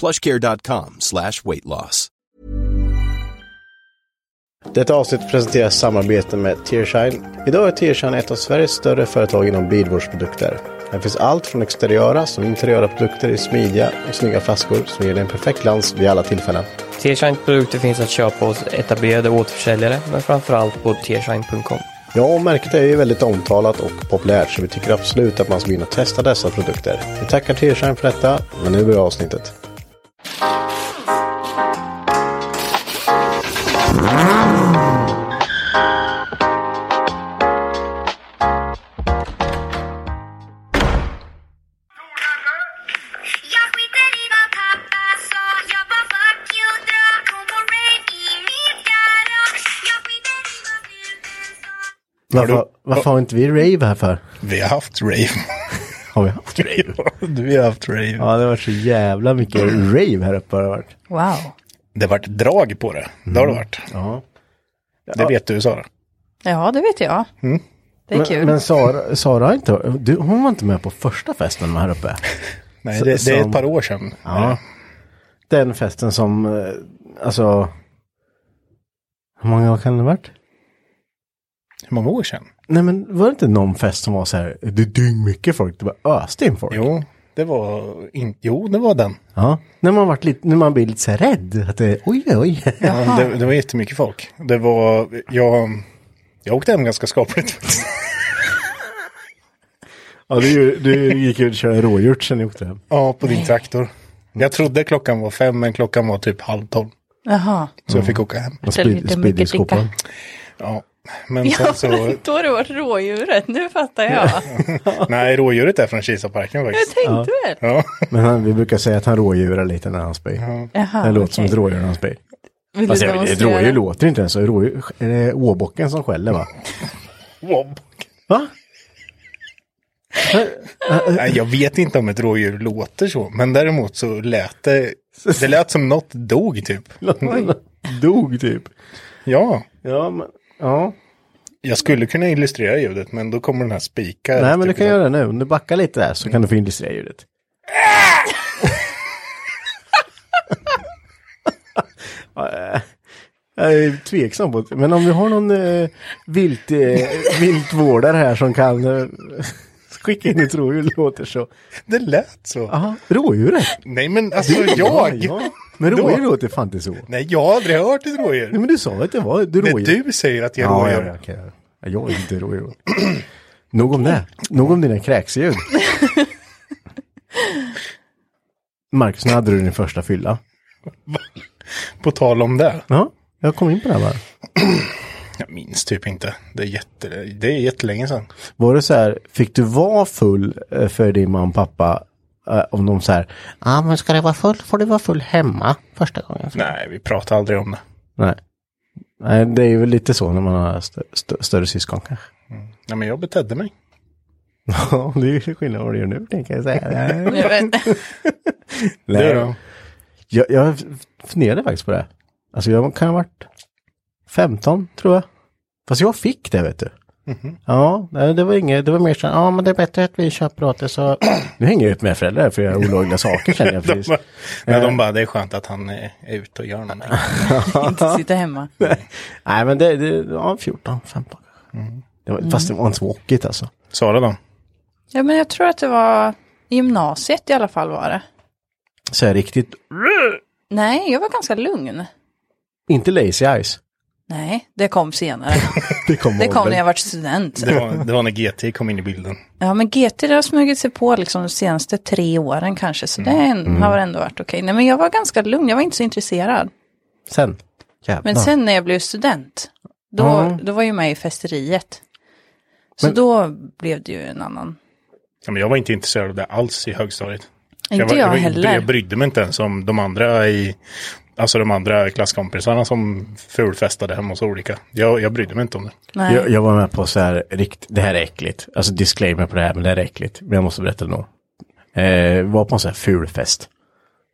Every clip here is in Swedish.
Plushcare.com slash weight loss. Detta avsnitt presenteras i samarbete med Tearshine. Idag är Tearshine ett av Sveriges större företag inom bilvårdsprodukter. Här finns allt från exteriöra som interiöra produkter i smidiga och snygga flaskor som ger dig en perfekt glans vid alla tillfällen. Tearshine produkter finns att köpa hos etablerade återförsäljare, men framförallt på tearshine.com. Ja, och märket är ju väldigt omtalat och populärt så vi tycker absolut att man ska gå in och testa dessa produkter. Vi tackar Tearshine för detta, men nu börjar avsnittet. Jag skiter i vad pappa sa Jag bara fuck you, dra Comorain i mitt garage Jag skiter i vad bruden sa Varför, varför har inte vi rave här för? Vi har haft rave. Har vi haft rave? Vi har haft rave. Ja, det har varit så jävla mycket rave här uppe har det varit. Wow. Det har varit drag på det. Det har det varit. Mm. Ja. Det vet du Sara. Ja, det vet jag. Det är kul. Mm. Men, men Sara, Sara har inte, du, hon var inte med på första festen här uppe. Nej, Så- det, det är som- ett par år sedan. Eh, Ja. Den festen som, eh, alltså, hur många år kan det ha varit? Hur många år sedan? Nej men var det inte någon fest som var så här, det dyng mycket folk, det var öste in folk. Jo, det var, in, jo, det var den. Ja. När man varit lite, när man blir lite så här rädd, att det, oj oj oj. Ja, Det, det var jättemycket folk. Det var, jag, jag åkte hem ganska skapligt. Ja, du, du gick ut och körde rådjurt sen ni åkte hem. ja, på din traktor. Jag trodde klockan var fem, men klockan var typ halv tolv. Jaha. Så Mm. jag fick åka hem. Och Det lite mycket dricka. spyddelskopan. Ja, men sen så, Då har det varit rådjuret, nu fattar jag. nej, rådjuret är från Kisaparken Jag faktiskt. tänkte väl. Ja, Men han, vi brukar säga att han rådjurar lite när han spyr. Jaha, det låter okej. som ett rådjur när han spyr. Vill Fast jag, ett demonstrera? rådjur låter inte ens så. Rådjur, är det åbocken som skäller va? Wobb. Va? Nej, jag vet inte om ett rådjur låter så, men däremot så lät det, det lät som något dog typ. Dog typ. Ja, Ja, men, ja. jag skulle kunna illustrera ljudet, men då kommer den här spika. Nej, men du typ kan så. göra det nu. Om du backar lite där så kan du få illustrera ljudet. Ja, eh, Jag är tveksam på det. Men om vi har någon eh, vilt, eh, viltvårdare här som kan eh, skicka in ett rådjur låter så. Det lät så. Aha, rådjuret. Nej, men alltså jag. Ah. Ja, men rådjur låter fan inte så. Nej Nej, jag har aldrig hört ett rådjur. men du sa att det var du Men rådjur. du säger att jag är ja, ja, rådjur. ja, okej. Ja, Jag är inte rådjur. Nog om det. Nog om dina kräksljud. Marcus, när hade du din första fylla? På tal om det. Ja, jag kom in på det här bara. Jag minns typ inte. Det är, jätte, det är jättelänge sedan. Var det så här, fick du vara full eh, för din mamma och pappa? eh, Om de så här, ja ah, men ska det vara full får du vara full hemma första gången. Nej, vi pratar aldrig om det. Nej. Nej, det är ju väl lite så när man har stö- stö- större syskon kanske. Nej, men jag betedde mig. Ja, det är ju skillnad vad du gör nu tänker jag säga. Jag vet. Nej. Det då. Jag, jag funderade faktiskt på det. Alltså jag kan ha varit 15 tror jag. Fast jag fick det vet du. Ja, nej, det var inget, det var mer så här, ja men det är bättre att vi köper åt det så. Nu hänger jag ut med föräldrar för jag gör olagliga saker känner jag precis. Men Eh. de bara, det är skönt att han eh, är ute och gör någonting. Inte sitta hemma. Nej men det, det ja 14, 15. Det var, Mm. Fast det var inte tråkigt alltså. Sara då? Ja, men jag tror att det var gymnasiet i alla fall var det. Så här riktigt, Nej, jag var ganska lugn. inte lazy eyes. Nej, det kom senare. Det kom, Det kom åldern. när jag var student. Det var, det var när GT kom in i bilden. Ja, men GT det har smugit sig på liksom de senaste tre åren kanske, så det är en- Mm. har ändå varit okej. Nej, men jag var ganska lugn, jag var inte så intresserad. Sen. Jävlar. Men sen när jag blev student, då, Ja. då var jag med i festeriet. Så Men- då blev det ju en annan. Ja, men jag var inte intresserad av det alls i högstadiet. Inte var, jag, var- heller. Jag brydde mig inte ens om de andra i... Alltså de andra klasskompisarna som fulfestade hemma hos olika. Jag, jag brydde mig inte om det. Nej. Jag, jag var med på så här, rikt, det här är äckligt. Alltså disclaimer på det här, men det här är äckligt. Men jag måste berätta det nog. Eh, var på en sån här fulfest.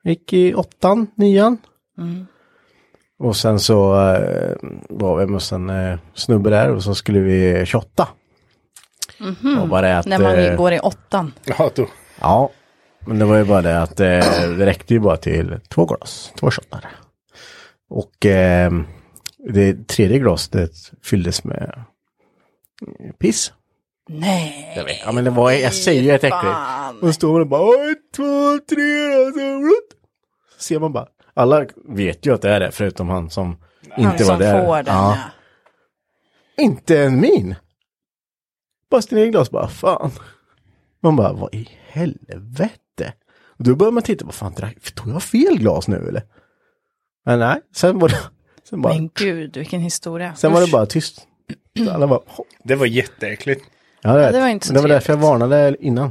Gick i åttan, nian. Mm. Och sen så eh, var vi hos en eh, snubbe där och så skulle vi shotta. Och bara det att, Mhm. när man eh, går i åttan. Ja, då. Ja, men det var ju bara det att eh, det räckte ju bara till två glas, två shottar. Och eh, det tredje glaset fylldes med piss. Nej. Jag vet. Ja men det var, jag säger ju ett äckligt. Fan. Och står man och bara ett, två, tre, och så, rutt. Så ser man bara. Alla vet ju att det är det, förutom han som inte Han var som där. får den, ja. Ja. Inte en min. Bara sina egna glas, bara fan. Man bara, vad i helvete? Och då börjar man titta, vad fan, drack- tog jag fel glas nu eller? Men nej, sen var det, sen bara, Men gud, vilken historia. sen var det Usch. bara tyst. Så Alla bara, hopp. Det var jätteäckligt. Ja, jag Ja, vet. det var inte så det var därför jag trevligt. varnade innan.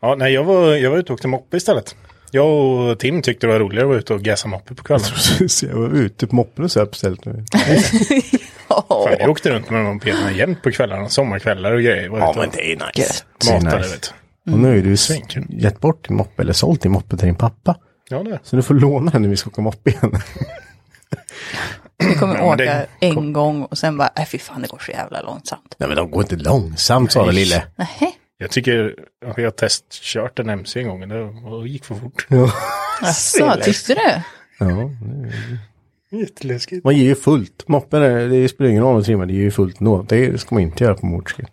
Ja, nej, jag var, jag var ute och åkte moppe istället. Jag och Tim tyckte det var roligare att vara ute och gassa moppe på kvällen. Så jag var ute på moppen och söp istället. nu. Fan, jag åkte runt med mopederna jämt på kvällarna, sommarkvällar och grejer. Var ute och är nice. matade, nice. vet du. Och nu är du s- Svinkul. gett bort din moppe eller sålt din moppe till din pappa. Ja, det. Så du får låna den när vi ska åka moppe igen. Vi kommer men åka det- en gång och sen bara, nej fy fan det går så jävla långsamt. Nej men de går inte långsamt sa Nej. lille. Nej, Jag tycker, jag har testkört en MC en gång och det och det gick för fort. alltså, tyckte du? Ja. Jätteläskigt. Man ger ju fullt. Moppen, är- det spelar ingen roll om trimma, det ger ju fullt ändå. Det ska man inte göra på motorcykel.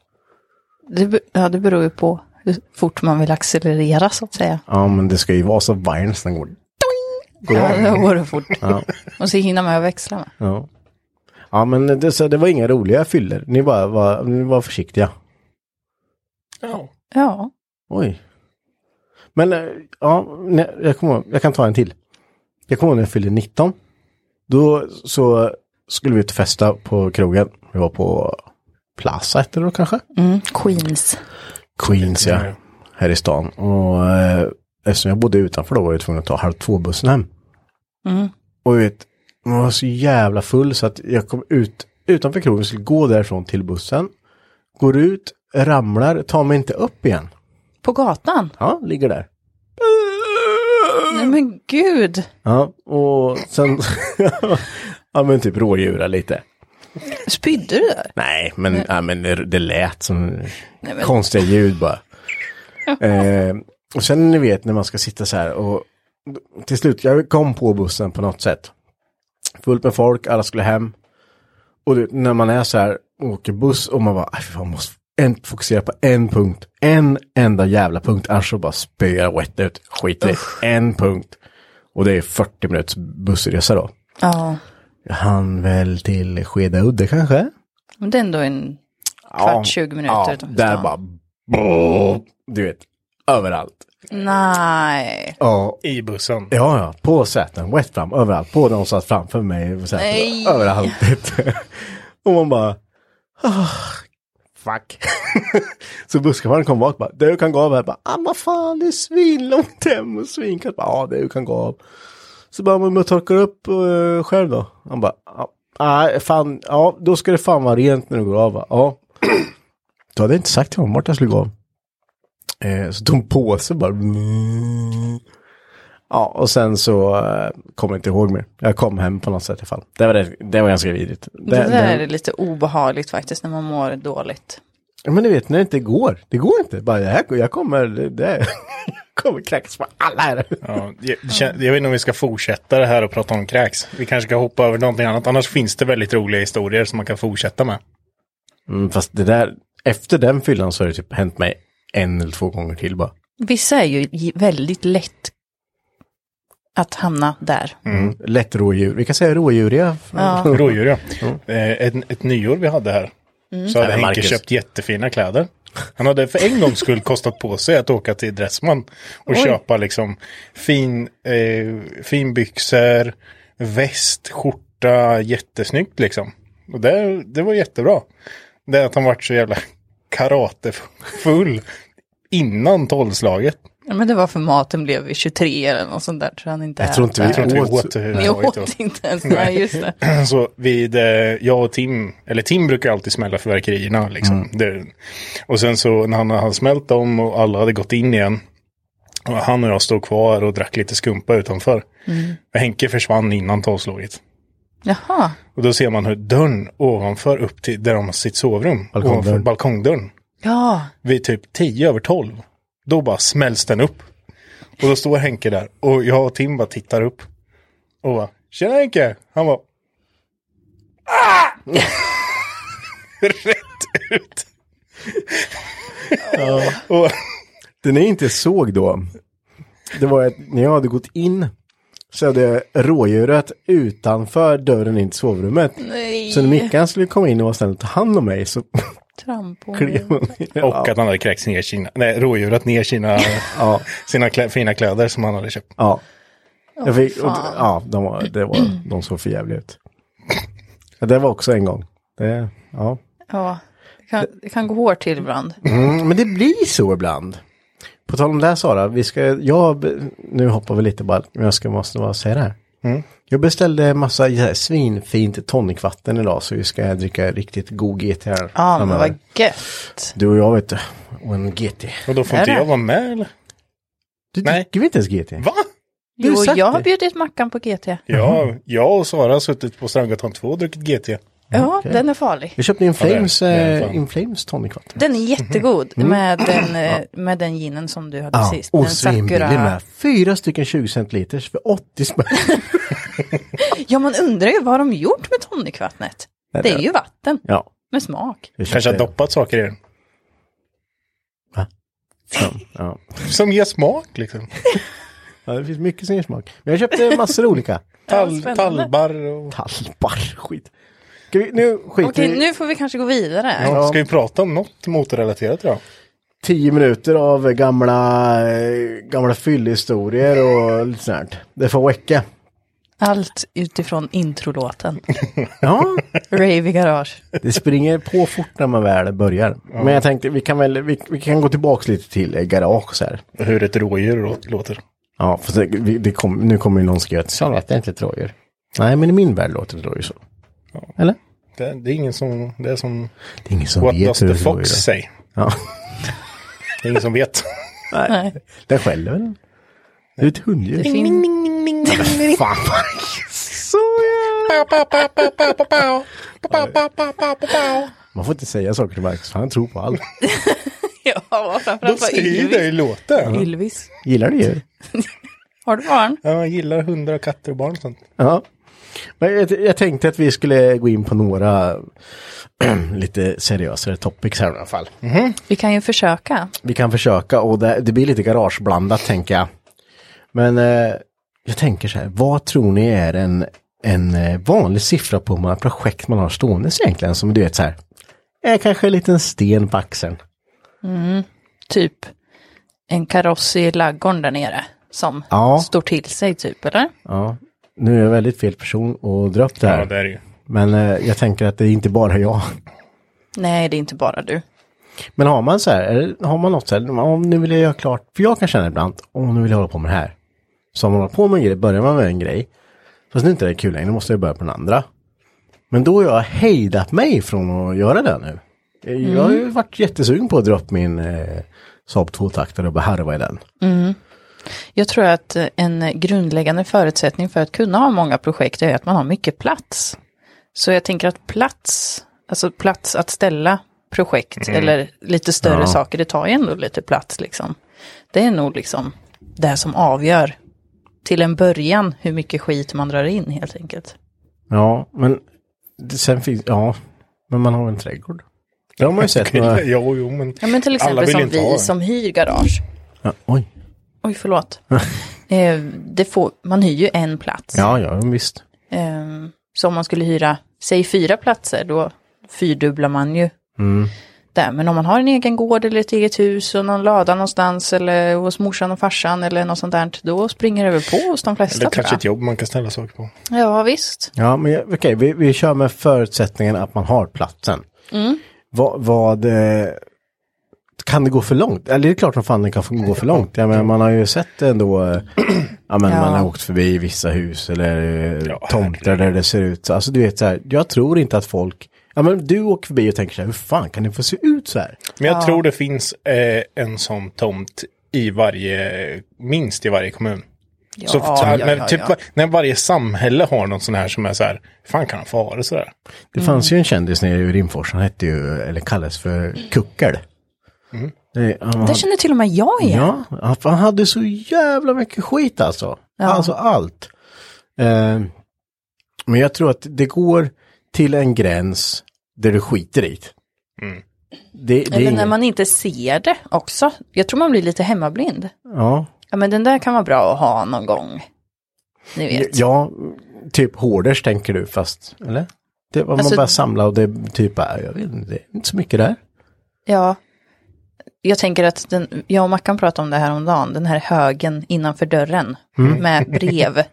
Det, be- ja, det beror ju på hur fort man vill accelerera så att säga. Ja men det ska ju vara så vajern så den går. Ja, då går det fort. Ja. Och så hinner man ju växla med. Ja. Ja men det, så det var inga roliga fyller. Ni bara var, ni var försiktiga. Ja. Ja, Oj. Men eh, ja, nej, jag, kommer, ihåg- jag kan ta en till. Jag kommer ihåg när jag fyllde 19. Då så skulle vi ut och festa på krogen. Vi var på Plaza hette det då kanske? mm, Queens. Queens ja. Här i stan. Och eh, eftersom jag bodde utanför då var jag tvungen att ta halv två bussen hem. Och jag vet, man var så jävla full så att jag kom ut utanför krogen, skulle gå därifrån till bussen. Går ut, ramlar, tar mig inte upp igen. På gatan? Ja, ligger där. Nej men gud. Ja, och sen... ja, men typ rådjura lite. Spydde du där? Nej, men, ja, men det, det lät som men- konstiga ljud bara. eh, och sen ni vet när man ska sitta så här och till slut, jag kom på bussen på något sätt. Fullt med folk, alla skulle hem. Och du, vet, när man är så här och åker buss och man bara, "Aj, fan, man måste en, fokusera på en punkt. En enda jävla punkt, annars så bara spöar jag rätt ut. Skit i det. En punkt. Och det är 40 minuters bussresa då. Ja, Han väl till Skedaudde kanske? men det är ändå en kvart, 20 minuter Ja, utanför där stan. bara... boop, Du vet, överallt. Nej. Ja, I bussen. ja, ja på säten, rätt fram, överallt. På de som satt framför mig. på säten, Nej. Överallt. och man bara... ah, fuck. Så busschauffören kom bak och bara, du kan gå av här. Bara, ah, vad fan, det är svinlångt hem och svinkallt. Bara, Ja, du kan gå av. Så bara, men jag torkar upp eh, själv då. Han bara, "Ja, nej, fan, ja, då ska det fan vara rent när du går av. va?" Ja. Då hade jag inte sagt till honom vart jag skulle gå av. Eh, så tog hon på sig bara. Ja, och sen så eh, kommer jag inte ihåg mer. Jag kom hem på något sätt i alla fall. Det var, det, det var ganska vidrigt. Det, Det- där det- är lite obehagligt faktiskt när man mår dåligt. Ja, men du vet när det inte går. Det går inte. Bara, det här, går- jag kommer, det, det, jag kommer kräkas på alla här. Ja, jag, det kän- jag vet inte om vi ska fortsätta det här och prata om kräks. Vi kanske ska hoppa över någonting annat. Annars finns det väldigt roliga historier som man kan fortsätta med. Mm, fast det där, efter den fyllan så har det typ hänt mig en eller två gånger till bara. Vissa är ju j- väldigt lätt att hamna där. Mm. Mm. Lätt rådjur. Vi kan säga rådjuriga. Ja. Rådjur ja. Eh, Ett, ett nyår vi hade här. Så hade Ja, men Henke Marcus. köpt jättefina kläder. Han hade för en gångs skull kostat på sig att åka till Dressman och köpa liksom fin, eh, fin byxor, väst, skjorta, jättesnyggt liksom. Och det, det var jättebra. Det är att han vart så jävla karatefull innan tolvslaget. Ja, Men det var för maten blev vid 23 eller något sånt där. Tror han inte Jag tror äter. inte Jag tror inte vi Åt- åt det. Ni åt inte ens. Nej, just det. Så vid, eh, jag och Tim, eller Tim brukar alltid smälla fyrverkerierna liksom. Det, och sen så när han hade smält dem och alla hade gått in igen. Och han och jag stod kvar och drack lite skumpa utanför. Och Henke försvann innan tolvslaget. Jaha, Och då ser man hur dörren ovanför upp till där de har sitt sovrum, Balkongdörren. ovanför balkongdörren, ja. vid typ 10 över 12, då bara smälls den upp. Och då står Henke där och jag och Tim bara tittar upp. Och bara, tjena Henke! Han bara, ah! Rätt ut. och, Det ni inte såg då, det var att när jag hade gått in så hade rådjuret utanför dörren in till sovrummet. Nej. Så när Mickan skulle komma in och vara snäll och ta hand om mig så Trampo. klev hon ner. och att han hade kräkts ner sina, nej rådjurat ner sina, Ja, sina klä, fina kläder som han hade köpt. ja. Jag fick, och, fan. ja, de, var, det var, de såg för jävligt ut. Ja, Det var också en gång. Det, ja. Ja, det kan, det kan gå hårt till ibland. Mm, men det blir så ibland. På tal om det här Sara, vi ska, jag, nu hoppar vi lite bara, men jag ska, måste bara säga det här. Jag beställde en massa så här, svinfint tonicvatten idag så vi ska dricka riktigt god GT här. Ja, Ah, men framöver. vad gött. Du och jag vet du, och en GT. Och då får Är inte det? jag vara med eller? Du Nej. dricker väl inte ens GT? Va? Du Jo, har sagt jag har det. bjudit Mackan på GT. Ja, Mm-hmm. jag och Sara har suttit på Strandgatan 2 och druckit GT. Ja, den är farlig. Jag köpte Inflames, Ja, det är- det är eh, fan. Inflames tonicvatten. Den är jättegod med, den, eh, med den ginen som du hade Mm. Ja, sist. Den och svinbillig med. Fyra stycken 20 centiliters för 80 spänn. Ja, man undrar ju vad de gjort med tonicvattnet. Det är ju vatten ja, med smak. jag Kanske har köpte- doppat saker i den. Ja. Som ger smak liksom. ja, det finns mycket som ger smak. Men jag köpte massor olika. Tall, tallbar och... Talbar, skit. Ska vi, nu skiter Okej, vi i nu får vi kanske gå vidare. Ja, ska vi prata om något motorrelaterat idag? tio minuter av gamla, eh, gamla fyllhistorier och lite sånt. här. Det får räcka. Allt utifrån introlåten. Ja, Rave i garage. det springer på fort när man väl börjar. Men jag tänkte vi kan väl, vi, vi kan gå tillbaka lite till eh, garage så här. Hur ett rådjur lå- låter. Ja, för det, vi- det kom, nu kommer ju någon skriva att så lät det inte ett rådjur. Nej, men i min värld låter ett rådjur så. Eller? Det, det är ingen som... Det är som... Det är ingen som What does vet hur the ett rådjur fox är. say? Ja, Det är ingen som vet. Nej. den skäller väl? Det är ett hunddjur. Det fin- Fan, så Man får inte säga saker till Marcus, för han tror på allt. Ja, De framförallt var styr dig i Ylvis. låten. Ylvis. Gillar du djur? Har du barn? Ja, man gillar hundar och katter och barn och sånt. Ja. Men jag, jag tänkte att vi skulle gå in på några lite seriösare topics här i alla fall. Vi kan ju försöka. Vi kan försöka och det, det blir lite garageblandat tänker jag. Men eh, jag tänker så här, vad tror ni är en, en eh, vanlig siffra på hur många projekt man har stående egentligen? Som du vet så här, är kanske en liten sten på axeln. Typ en kaross i laggården där nere. Som Ja. står till sig typ, eller? Ja, nu är jag väldigt fel person att dra upp det här. Ja, det är det ju. Men eh, jag tänker att det är inte bara jag. Nej, det är inte bara du. Men har man så här, eller har man något så här, om nu vill jag göra klart, för jag kan känna ibland, om nu vill jag hålla på med det här. Så om man håller på med en grej, börjar man med en grej, fast nu är inte det kul längre, då måste jag börja på den andra. Men då har jag hejdat mig från att göra det nu. Jag har ju varit jättesugen på att dra upp min eh, Saab 2-taktare och bara harva i den. Jag tror att en grundläggande förutsättning för att kunna ha många projekt är att man har mycket plats. Så jag tänker att plats, alltså plats att ställa projekt Mm. eller lite större saker, det tar ju ändå lite plats liksom. Det är nog liksom det som avgör till en början hur mycket skit man drar in helt enkelt. Ja, men det- sen finns, ja, men man har en trädgård. Det har man ju sett. några, Jo, jo, men... Ja men till Alla exempel vill som inte ha vi det. som hyr garage. ja, oj, Oj förlåt. eh, det får, man hyr ju en plats. ja, ja, visst. Ehm, Så om man skulle hyra, säg fyra platser, då fyrdubblar man ju. Mm. Där. Men om man har en egen gård eller ett eget hus och någon lada någonstans eller hos morsan och farsan eller något sånt där, då springer det väl på hos de Det flesta. är kanske ett tror jobb man kan ställa saker på. jag. Ja, visst. Ja, men jag- okej, vi, vi kör med förutsättningen att man har platsen. Vad, vad eh, kan det gå för långt? Eller det är klart som fan det kan få gå för långt. Jag menar, man har ju sett ändå, eh, ja men man har åkt förbi vissa hus eller eh, Ja, tomter där det ser ut så. Alltså du vet så här, jag tror inte att folk, ja men du åker förbi och tänker så här, hur fan kan det få se ut så här? Men jag tror det finns eh, en sån tomt i varje, minst i varje kommun. Ja, så så här, ja, när, ja, typ, ja. va- när varje samhälle har någon sån här som är så här, fan kan han få ha det så där? Det fanns ju en kändis nere i Rimfors, han hette ju, eller kallades för Kuckel. Eh, Det, han, hade- Det känner till och med jag igen. Ja, han- han hade så jävla mycket skit alltså. Alltså allt. Eh, men jag tror att det går till en gräns där du skiter i Mm. det. det. Det är Eller när ingen- man inte ser det också. Jag tror man blir lite hemmablind. ja, Ja, men den där kan vara bra att ha någon gång. Ni vet. ja, typ hårders tänker du fast, eller? Det var Alltså- man bara samla och det är typ, äh, jag vet inte, det är inte så mycket där. Ja. Jag tänker att den, jag och Mackan pratade om det här om dagen, den här högen innanför dörren med brev.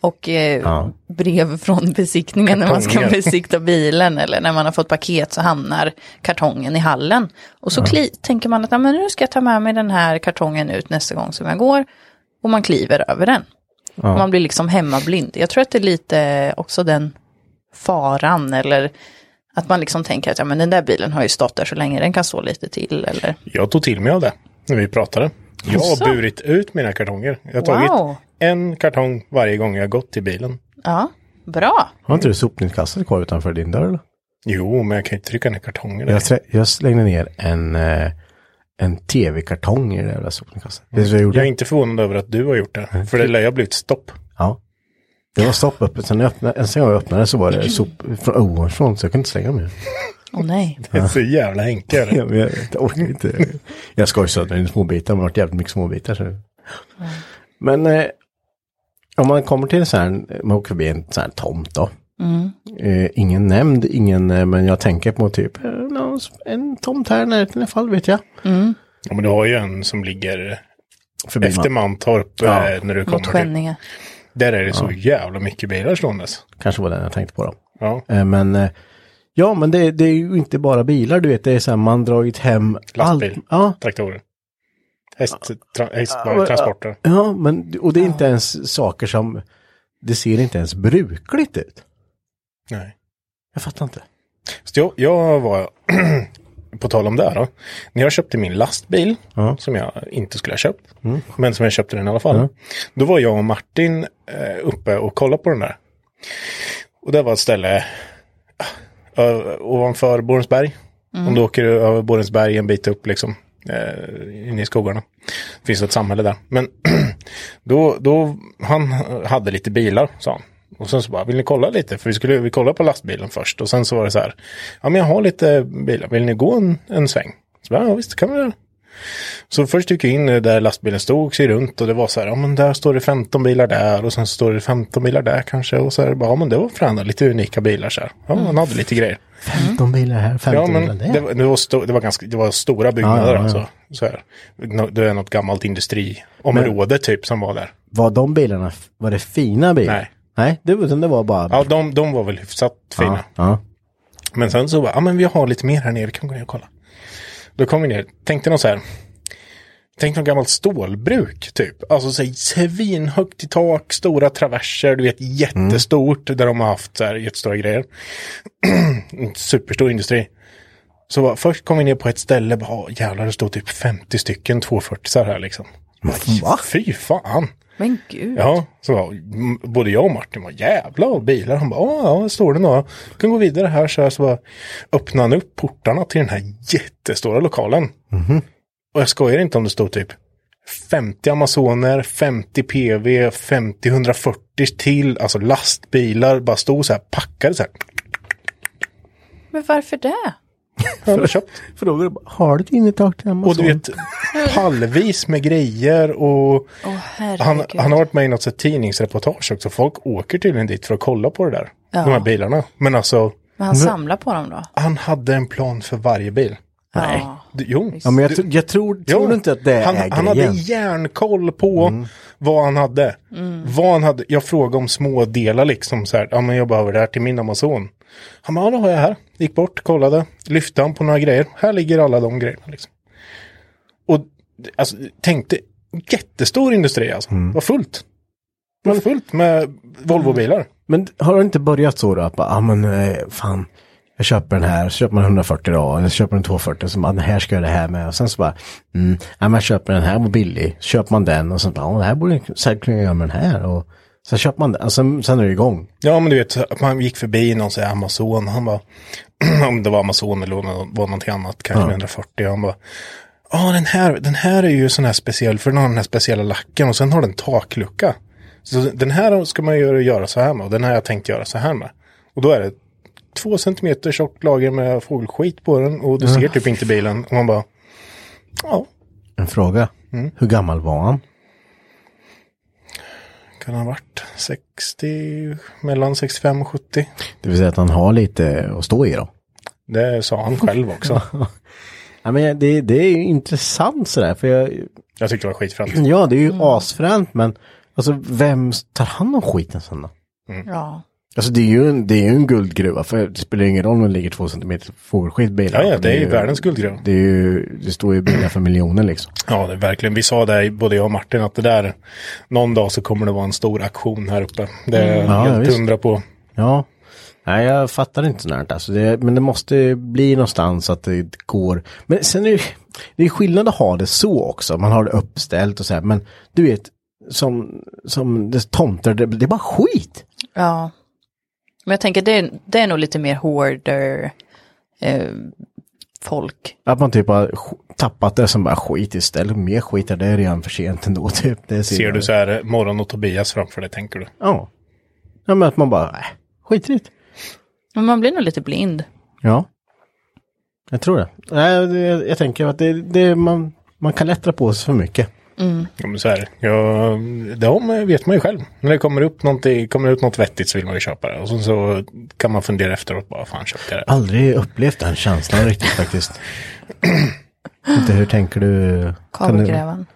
Och eh, Ja. brev från besiktningen när man ska Kartonger. besikta bilen eller när man har fått paket så hamnar kartongen i hallen. Och så kli, tänker man att "Ja, men nu ska jag ta med mig den här kartongen ut nästa gång som jag går. Och man kliver över den. Och man blir liksom hemmablind. Jag tror att det är lite också den faran eller att man liksom tänker att ja, men den där bilen har ju stått där så länge, den kan stå lite till. Eller... Jag tog till mig av det när vi pratade. Jag har Jaså? burit ut mina kartonger. Jag har tagit Wow. en kartong varje gång jag har gått till bilen. Ja, bra. Har inte du sopnedkastet kvar utanför din dörr? Eller? Jo, men jag kan ju inte trycka ner kartonger. där. Jag, trä- jag slängde ner en, eh, en tv-kartong i det jävla sopnedkastet. Det är så jag gjorde. Jag är inte förvånad över att du har gjort det. För det lär ju ha blivit stopp. Ja. Det var stopp öppet. Sen när jag öppnade, sen jag öppnade så var det sop från ovanifrån så jag kunde inte slänga mer. Åh nej. Det är så jävla Henke. är det. Jag, jag, jag orkar inte. Jag ska ju sönder den i småbitar. men Det har varit jävligt mycket småbitar. Så. Men eh, om man kommer till en sån här, man åker förbi en sån här tomt då. Eh, ingen nämnd, ingen, eh, men jag tänker på typ eh, någon, en tomt här i närheten i alla fall vet jag. Ja, men du har ju en som ligger Förbi efter man- Mantorp Ja. eh, när du Mot kommer till. skänningar. Där är det så jävla mycket bilar slåendes. Kanske var den jag tänkte på då. Ja. Eh, Men eh, ja, men det, det är ju inte bara bilar du vet. Det är så här man dragit hem Lastbil. allt. Ja, Traktorer. Häst, tra, hästtransporter. Ja, men och det är inte ens saker som, det ser inte ens brukligt ut. Nej. Jag fattar inte. Så jag, jag var, på tal om det här då, när jag köpte min lastbil, som jag inte skulle ha köpt, Mm. men som jag köpte den i alla fall, då var jag och Martin eh, uppe och kollade på den där. Och det var ett ställe ö, ovanför Borensberg. Om du åker över Borensberg en bit upp liksom, eh, inne i skogarna. Det finns ett samhälle där. Men då, då, han hade lite bilar, sa han. Och sen så bara, vill ni kolla lite? För vi skulle vi kolla på lastbilen först. Och sen så var det så här, ja men jag har lite bilar, vill ni gå en, en sväng? Så bara, ja visst, det kan vi göra. Så först gick jag in där lastbilen stod, ser runt och det var så här, ja men där står det 15 bilar där och sen så står det 15 bilar där kanske. Och så är det bara, ja men det var förändrat, lite unika bilar så här. Ja, han hade lite grejer. 15 bilar här, 15 Ja, bilar men där. det, var- det, var sto- det, var ganska, det var stora byggnader Ja, ja, ja. alltså. Så här. Nå- Det är något gammalt industriområde typ som var där. Var de bilarna, var det fina bilar? Nej. Nej, det, utan det var bara... Ja, de, de var väl hyfsat fina. ja, ja. Men sen så bara, ja men vi har lite mer här nere, vi kan gå ner och kolla. Då kom vi ner, tänkte någon så här, tänkte någon gammalt stålbruk typ. Alltså så här, svinhögt i tak, stora traverser, du vet jättestort där de har haft så här jättestora grejer. En Superstor industri. "Ah, Så bara, först kom vi ner på ett ställe, bara, "Åh, jävlar det står typ 50 stycken 240 här liksom. Va? Fy fan. Men gud. Ja, så var, m- både jag och Martin var jävla av bilar. Han bara, "Ja, ja, här står det några. Du kan gå vidare här så här. Så bara öppnade han upp portarna till den här jättestora lokalen. Och jag skojar inte om det stod typ 50 Amazoner, 50 PV, 50 140 till, alltså lastbilar, bara stod så här packade så här. Men varför det? Han hade köpt. Frågar du bara, har du ett innertak till Amazon? Och du vet, pallvis med grejer och Åh herregud. han, han har varit med i något så här tidningsreportage också. Folk åker tydligen dit för att kolla på det där. De här bilarna. Men alltså, Men han samlar på dem då? han hade en plan för varje bil. Nej. Du- Jo. Ja, men jag, tr- jag tror, tror du inte att det Mm. är han, grejen? han hade järnkoll på vad han hade. Vad han hade. Jag frågade om små delar liksom. Så här, ja, men jag behöver det här till min Amazon. Han bara, ja, det har jag här. Gick bort, kollade, lyfte han på några grejer. Här ligger alla de grejerna liksom. Och alltså, tänkte, jättestor industri alltså. Mm. Det var fullt. Det var fullt med Volvo-bilar. Men har det inte börjat så då? Att bara, ah, men eh, fan, jag köper den här, så köper man 140 då, eller så köper man 240, så bara, den här ska jag göra det här med. Och sen så bara, mm, ja, men jag köper den här, var billig, så köper man den och sen bara, oh, det här borde jag säkert kunna göra med den här. Och sen köper man den, och sen, sen är det igång. Ja, men du vet, att man gick förbi någon så här Amazon, han bara, om det var Amazon eller nå- var någonting annat, kanske 140, han bara, ja den här, den här är ju sån här speciell, för den har den här speciella lacken och sen har den taklucka. Så den här ska man göra, göra så här med och den här har jag tänkt göra så här med. Och då är det två centimeter tjockt lager med fågelskit på den och du ser typ inte bilen. Och man bara, ja, En fråga, hur gammal var han? kan ha varit 60, mellan 65 och 70. Det vill säga att han har lite att stå i då. Det sa han själv också. Ja, men det, det är ju intressant sådär, för jag, Jag tyckte det var skitfränt. ja det är ju asfränt, men alltså vem tar hand om skiten sen då? Ja. Alltså det är ju en, det är ju en guldgruva, för det spelar ju ingen roll om det ligger två centimeter fågelskit i bilen. Ja, ja, det är ju världens guldgruva. Det, är ju, det står ju bilar för miljoner liksom. Ja, det är verkligen. Vi sa det, både jag och Martin, att det där, någon dag så kommer det vara en stor aktion här uppe. Det är jag Mm. Ja, helt visst. hundra på. Ja. Nej, jag fattar inte sånt här. Alltså det, men det måste ju bli någonstans att det går. Men sen är det, det är skillnad att ha det så också. Man har det uppställt och så här. Men du vet, som, som det, tomter, det, det är bara skit. ja. Men jag tänker det är, det är nog lite mer hoarder eh, folk. Att man typ har sk- tappat det som bara skit istället. Mer skit, där, det är redan för sent ändå. Typ. Det Ser du så här eh, Morgon och Tobias framför dig, tänker du? Ja. Ja, men att man bara, "Äh, nej, skit i det. Men man blir nog lite blind. Ja. Jag tror det. Nej, det, jag tänker att det, det, man, man kan lättra på sig för mycket. Ja, men så här, ja, det har man- vet man ju själv. När det kommer, upp någonting, kommer ut något vettigt så vill man ju köpa det. Och sen så kan man fundera efteråt, bara fan köpte jag det? Aldrig upplevt den känslan riktigt faktiskt. Inte hur tänker du? Kan du- Kabelgrävaren.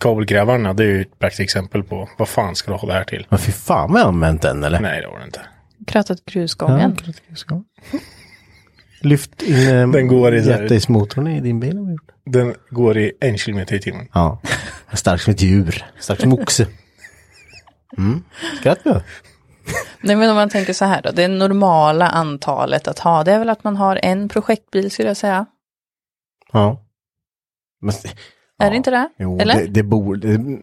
Kabelgrävarna, det är ju ett praktexempel på vad fan ska du ha det här till? Ja, fy fan vad jag har använt den eller? Nej, det har du inte. Krattat Ja, grusgången. klart att jag ska. Lyft in eh, Den går i så här- jättesmotorn i din bil. har vi gjort. Den går i en kilometer i timmen. Ja. Stark som ett djur. Stark som oxe. Mm. Skratt nu. Nej men om man tänker så här då, det normala antalet att ha, det är väl att man har en projektbil skulle jag säga. Ja. Men, Är det inte det? jo, Eller? det, det borde... det-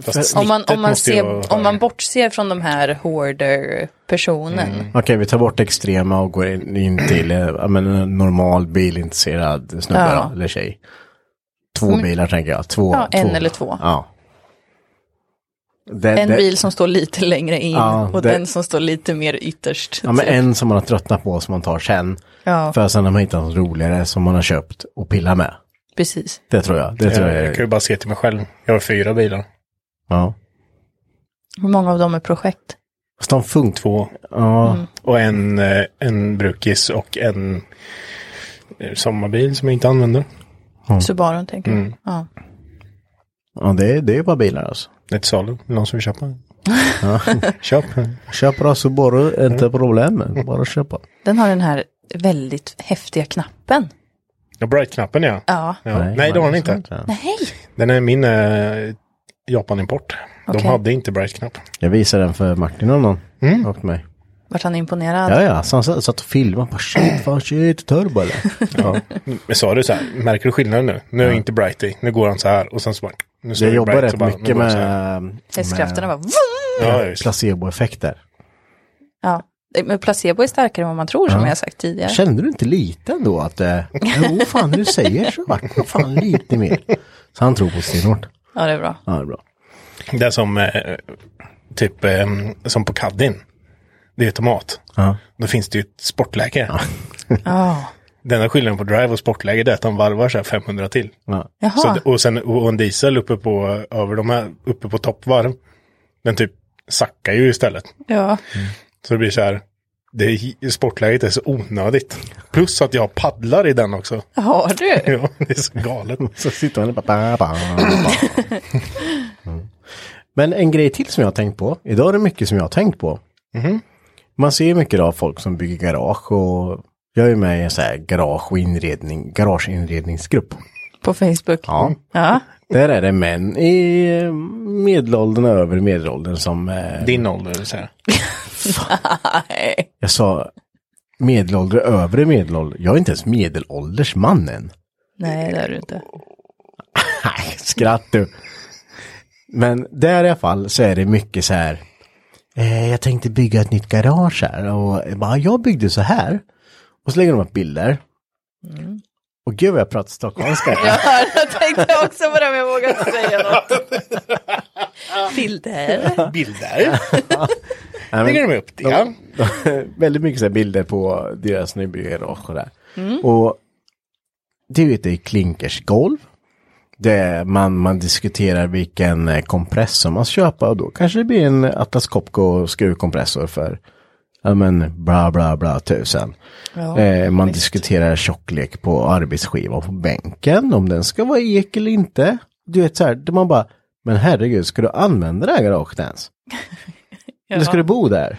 Fast om man, snittet om, man måste ju vara ser, om man högre. bortser från de här hoarder-personen. Okej, vi tar bort extrema och går in, in till eh, ja, men, en normal bilintresserad snubbe Ja. Mm. då, eller tjej. Två bilar tänker jag. Två, Ja, en två. eller två. Ja. Det- En det- bil som står lite längre in Ja, och det- den som står lite mer ytterst. Ja, men typ. en som man har tröttnat på som man tar sen. ja För sen har man hittat något roligare som man har köpt och pillar med. precis. Det tror jag. Det tror jag. Eh, Jag kan ju bara se till mig själv. Jag har fyra bilar. Ja. Hur många av dem är projekt? Fast de funkar. Två. Ja. Mm. Och en, eh, en brukis och en eh, sommarbil som jag inte använder. Mm. Subaru tänker du? Ja. ja, det är, det är bara bilar alltså. Det är till salu. Någon som vill köpa? Köp. Köp bra Subaru, inte problem. Bara köpa. Den har den här väldigt häftiga knappen. Ja, Bright-knappen ja. Ja, ja. Nej, det har den inte. nej. Den är min eh, Japan-import. Okej. De hade inte Bright-knapp. Mm. Jag visade den för Martin och någon. Och mig. Vart han imponerad? Ja, ja, så han satt satt och filmade. Bara, shit, fan, shit, turbo eller? Ja. Men sa du så här, märker du skillnaden nu? Nu är inte Brighty, nu går han så här och sen så bara... Nu står Jag det jobbar Bright, så rätt bara, nu mycket går han med, så här. Hästkrafterna med bara... vroom! Ja, just. placeboeffekter. Ja. Men placebo är starkare än vad man tror, som jag har sagt tidigare. Kände du inte lite ändå att, eh, jo fan du säger så, vart det fan lite mer. Så han tror på stenhårt. Ja, det är bra. Ja, det är bra. Det är som eh, typ eh, som på Kaddin. Det är tomat. Ja. Då finns det ju ett sportläge. Ja. Den här skillnaden på drive och sportläge det är att de varvar så här 500 till. Ja. Så, Jaha. det- och sen och en diesel uppe på, över de här, uppe på toppvarv. Den typ sackar ju istället. Ja. Så det blir så här. Det är, sportläget är så onödigt. Plus att jag paddlar i den också. Har du? Ja, det är så galet. Så sitter han och bara... Ba, ba, ba. Mm. Men en grej till som jag har tänkt på. Idag är det mycket som jag har tänkt på. Mhm. Man ser ju mycket av folk som bygger garage och jag är ju med i en sån här garage och inredning, garageinredningsgrupp. På Facebook? Ja. Ja. Där är det män i eh, medelåldern och över medelåldern som... Eh, Din ålder så här. Nej. jag sa medelålder, övre medelålder. Jag är inte ens medelålders man än. Nej, det är du inte. Nej, skratt du. Men där i alla fall så är det mycket så här. Eh, jag tänkte bygga ett nytt garage här och bara jag byggde så här. Och så lägger de upp bilder. Och gud vad jag pratar stockholmska. Jag tänkte också på det, men jag vågar inte säga något. Bilder. Bilder. Nej, men- Lägger de upp det? Ja. väldigt mycket så här bilder på deras nybyggda garage och där. Mm. Och det är ju ett klinkersgolv. Det man, man diskuterar vilken eh, kompressor man ska köpa och då kanske det blir en Atlas Copco skruvkompressor för ja men bla bla bla tusen. Ja, eh, man diskuterar tjocklek på arbetsskivan på bänken, om den ska vara ek eller inte. Du vet så här, där man bara, men herregud, ska du använda det här garaget ens? Eller ska du bo där?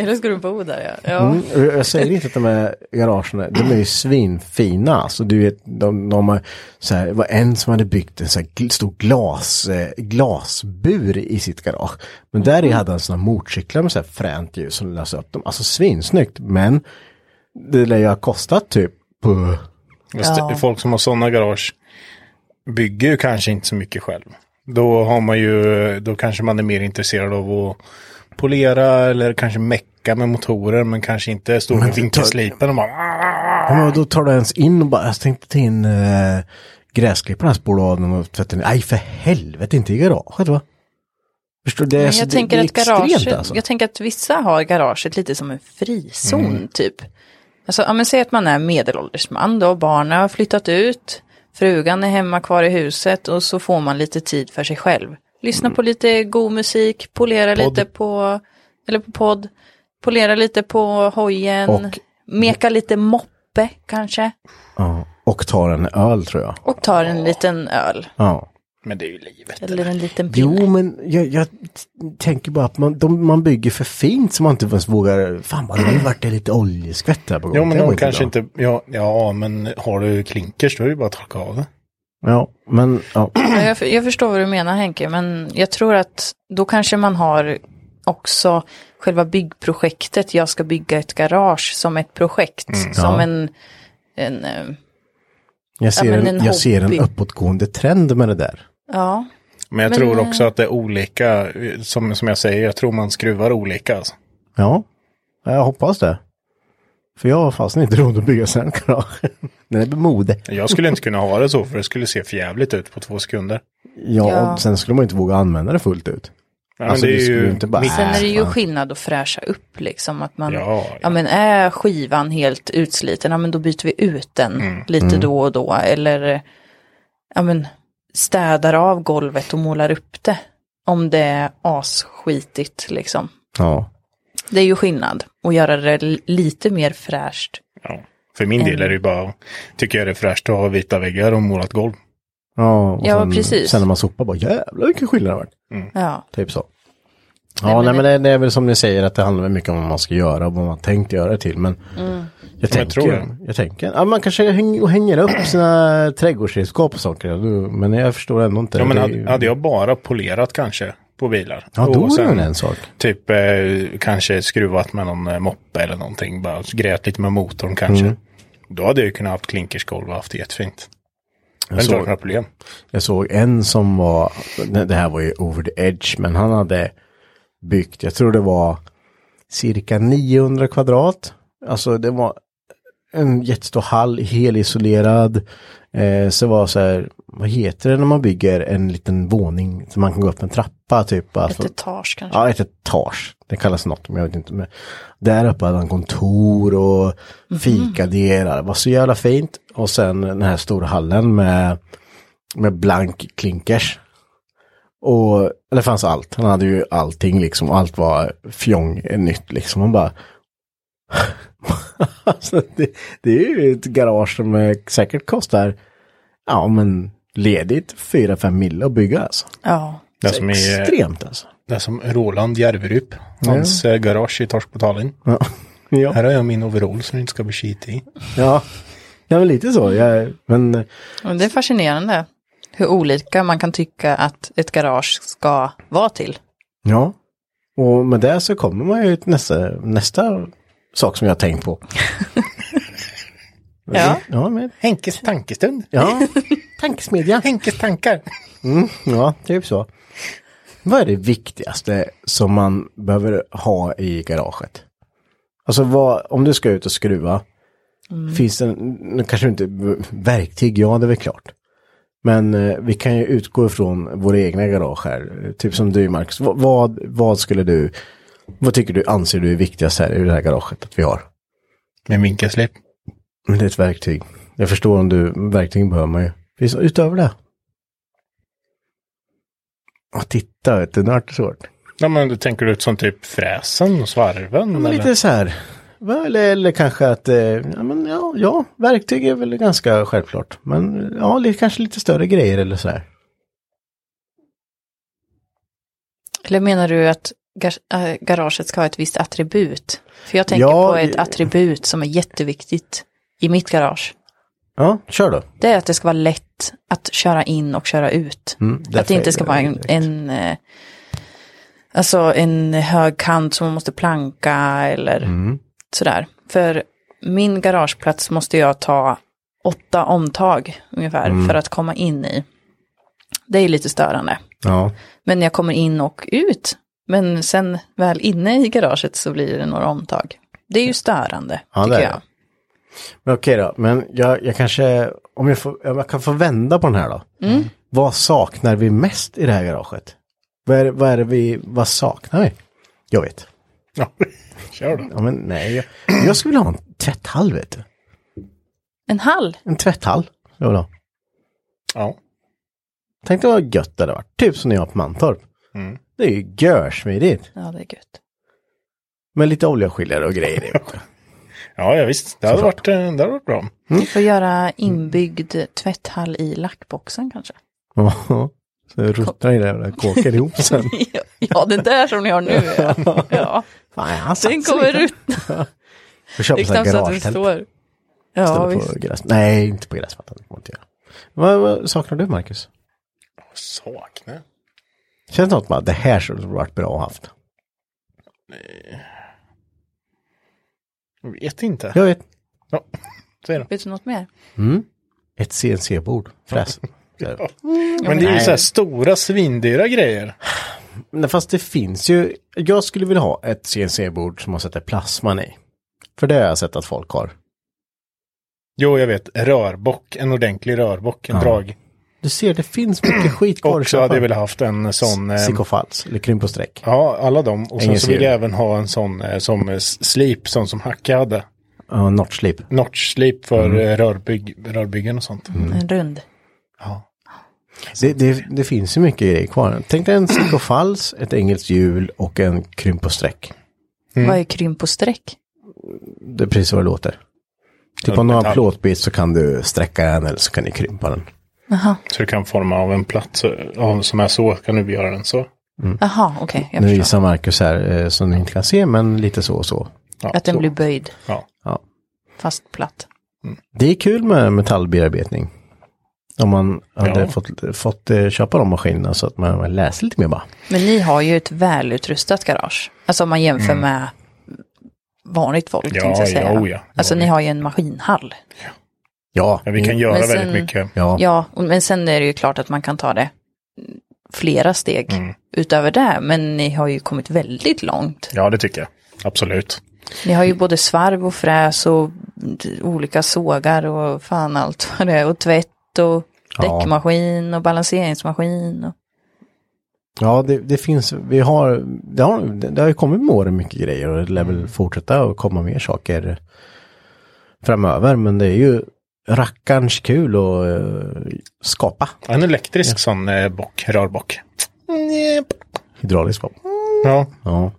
Eller ska du bo där, ja. ja. Mm, och jag säger inte att de här garagen, är- de är ju svinfina. Alltså du vet, de, de har, så här, det var en som hade byggt en så här gl- stor glas, eh, glasbur i sitt garage. Men där Mm. i hade han sådana motorcyklar med så här fränt ljus som lös upp dem. Alltså svinsnyggt, men det lär ju ha kostat typ på Fast det- Folk som har sådana garage bygger ju kanske inte så mycket själv. Då har man ju, då kanske man är mer intresserad av att polera eller kanske mecka med motorer men kanske inte stå med vinkelslipen och bara... Ja, men då tar du ens in och bara, jag tänkte ta in äh, gräsklipparen, spola av den och tvätta den. Nej, för helvete, inte i garaget va? Förstår du? Det är, Men så- jag, Alltså, det, tänker det är att garaget, extremt alltså. jag tänker att vissa har garaget lite som en frizon Mm. typ. Alltså, ja, men säg att man är medelålders man då, barnen har flyttat ut, frugan är hemma kvar i huset och så får man lite tid för sig själv. Lyssna Mm. på lite god musik, polera lite på, eller på podd, polera lite på hojen, Och- meka lite moppe kanske Ja, och tar en öl tror jag. och tar en liten öl Ja. Men det är ju livet. eller en liten pinne. Jo, men jag, jag t- tänker bara att man, de, man bygger för fint så man inte ens vågar. Fan, vad det har ju varit det lite oljeskvätt där på gången. Jo men Det var de kanske bra. inte, ja, ja men har du klinkers då är det ju bara att torka av det. Ja, men ja. Ja, jag, för- jag förstår vad du menar Henke, men jag tror att då kanske man har också själva byggprojektet, jag ska bygga ett garage som ett projekt, som Ja. en, en, eh, Jag ser, men en, en jag ser en hobby. uppåtgående trend med det där. ja, Men jag tror också att det är olika, eh, som, som jag säger, jag tror man skruvar olika. Alltså. Ja, jag hoppas det. För jag har fasen inte råd att bygga sen garage. Den är på mode. Jag skulle inte kunna ha det så för det skulle se för jävligt ut på två sekunder. Ja, Ja. sen skulle man inte våga använda det fullt ut. Ja, Alltså, men du skulle ju inte bara- mitt- sen är det ju fan. skillnad att fräscha upp liksom, att man, ja, Äh, Ja, men är skivan helt utsliten, ja men då byter vi ut den lite då och då, eller ja men städar av golvet och målar upp det, om det är asskitigt liksom. Ja. Det är ju skillnad att göra det l- lite mer fräscht. Ja. För min del är det ju bara, tycker jag det är fräscht att ha vita väggar och målat golv. Ja, och Ja, sen, precis. sen när man sopar bara jävlar vilken skillnad det har varit. Ja, Typ så. Ja, nej men det, det är väl som ni säger att det handlar mycket om vad man ska göra och vad man tänkt göra det till. Men jag, tänker, jag, tror det. tänker, ja, man kanske häng, och hänger upp sina trädgårdsredskap och saker. du- Men jag förstår ändå inte. Ja, men Det är hade, ju- hade jag bara polerat kanske, på bilar. Ja, då Och är sen det en sak. Typ eh, kanske skruvat med någon eh, moppe eller någonting. Bara grät lite med motorn kanske. Då hade jag ju kunnat haft klinkerskolv och haft det jättefint. Men det är såg- klart några problem. Jag såg en som var, nej, det här var ju over the edge, men han hade byggt, jag tror det var cirka 900 kvadrat. Alltså det var en jättestor hall, helisolerad. Eh, så var så här, vad heter det när man bygger en liten våning så man kan gå upp en trappa typ. Ett Alltså, etage kanske. Ja, ett etage. Det kallas något, men jag vet inte. Men där uppe hade han kontor och fikadelar. Det var så jävla fint. Och sen den här stora hallen med, med blank klinkers. Och det fanns allt. Han hade ju allting liksom. Allt var fjong nytt liksom. Man bara... alltså, det, det är ju ett garage som eh, säkert kostar, ja men ledigt 4-5 mil att bygga alltså. Ja. Det som, är, eh, Extremt alltså. det som Roland Järverup, hans eh, garage i Torskportalen. Ja. ja. Här har jag min overall som inte ska bli skit i. Ja, ja men lite så. Jag, men eh, Men det är fascinerande hur olika man kan tycka att ett garage ska vara till. ja, och med det så kommer man ju till nästa, nästa sak som jag har tänkt på. Ja. Ja, men, Henkes tankestund. ja. tankesmedja. Henkes tankar. Ja, typ så. Vad är det viktigaste som man behöver ha i garaget? Alltså vad, om du ska ut och skruva, finns det, en- nu kanske inte verktyg, ja det är väl klart. Men eh, vi kan ju utgå ifrån våra egna garage här, Eh, typ som du Marcus, vad, vad, vad skulle du, vad tycker du, anser du är viktigast här i det här garaget att vi har? Med vinkelslip. Men det är ett verktyg. Jag förstår om du, verktyg behöver man ju. Finns det utöver det? Ja, titta, vet du, nu vart det svårt. Ja, men du tänker ut som typ fräsen och svarven? Ja, men eller? lite så här. Va, Eller, eller kanske att, eh, ja, men ja, ja, verktyg är väl ganska självklart. Men ja, li- kanske lite större grejer eller så här. Eller menar du att gar- äh, garaget ska ha ett visst attribut? För jag tänker Ja, på ett det- attribut som är jätteviktigt i mitt garage. Ja, kör då. Det är att det ska vara lätt att köra in och köra ut. därför att det inte ska är Mm, det vara en, direkt. en, eh, alltså en hög kant som man måste planka eller Mm. sådär. För min garageplats måste jag ta åtta omtag ungefär Mm. för att komma in i. Det är lite störande. Ja, Men jag kommer in och ut. Men sen väl inne i garaget så blir det några omtag. Det är ju störande, Ja, tycker det är jag. det. men okej då. Men jag, jag kanske, om jag, får, om jag kan få vända på den här då. Vad saknar vi mest i det här garaget? Vad är, det- vad är det vi, vad saknar vi? Jag vet. Ja, kör då. Ja, men nej, jag, jag skulle vilja ha en tvätthall vet du. En hall, En tvätthall. Jag vill ha. Ja. Tänk dig vad gött det hade varit. Typ som när jag var på Mantorp. Mm. Det är ju görsmidigt. ja det är gött. Med lite oljeskiljare och grejer i. vet du. Ja, ja visst. Det hade, varit, eh, det hade varit bra. Vi får göra inbyggd tvätthall i lackboxen kanske. Ja, Så det ruttnar i det där och kåkar ihop sen. ja, det där som ni har nu. Ja. ja. Fan, jag har satt Den sig kommer lite. ut. Jag köper Det är sån här knappt så att du garagetält. förstår. Ja, istället visst. på gräs. Nej, inte på gräsmattan. Det får man inte göra. Vad, vad saknar du Marcus? Sakna. Känns något bara, det här skulle varit bra att haft. Jag vet inte. Jag vet. Ja. Säg då. Vet du något mer? Ett CNC-bord. Fräs. Så. Men det är ju så här stora svindyra grejer. Nej, fast det finns ju. Jag skulle vilja ha ett CNC-bord som man sätter plasman i. För det har jag sett att folk har. Jo, jag vet. Rörbock. En ordentlig rörbock. En drag. Du ser, det finns mycket skit kvar Och så hade jag velat haft en sån. eh, Sikofals, eller krymp och streck. Ja, alla dem. Och sen Ingen så vill jag serie. även ha en sån eh, som eh, slip, sån som Hacka hade. Ja, notch slip. Notch-slip för mm. rörbygg, rörbyggen och sånt. En rund. Det, det, det finns ju mycket grejer kvar. Tänk dig en sikofals, ett engelskt hjul och en krymp och streck. Vad är krymp och streck? Det är precis vad det låter. Typ om du har en plåtbit så kan du sträcka den eller så kan du krympa den. Så du kan forma av en plats eh, av, som är så, kan du göra den så. Jaha, okej, jag Nu förstår. visar Marcus här eh, som ni inte kan se, men lite så och så. Ja, Att den så. blir böjd, Ja. Ja. fast platt. Det är kul med metallbearbetning. Om man hade Ja. fått, fått eh, köpa de maskinerna så att man man läser lite mer bara. Men ni har ju ett välutrustat garage. Alltså om man jämför med vanligt folk. Ja, tänkte jag säga. ja, ja. Alltså Ja, ni ja. har ju en maskinhall. Ja, Ja, vi kan mm, göra Men sen- väldigt mycket. ja. Ja, och- men sen är det ju klart att man kan ta det flera steg utöver det. Men ni har ju kommit väldigt långt. Ja, det tycker jag. Absolut. Ni har ju både svarv och fräs och d- olika sågar och fan allt vad det är. Och tvätt och Ja. däckmaskin och balanseringsmaskin. Och... Ja, det, det finns, vi har, det har, det har ju kommit med åren mycket grejer och det lär väl fortsätta att komma mer saker framöver. Men det är ju rackarns kul att eh, skapa En elektrisk sån eh, bock, rörbock. hydraulisk skap. Ja, Ja.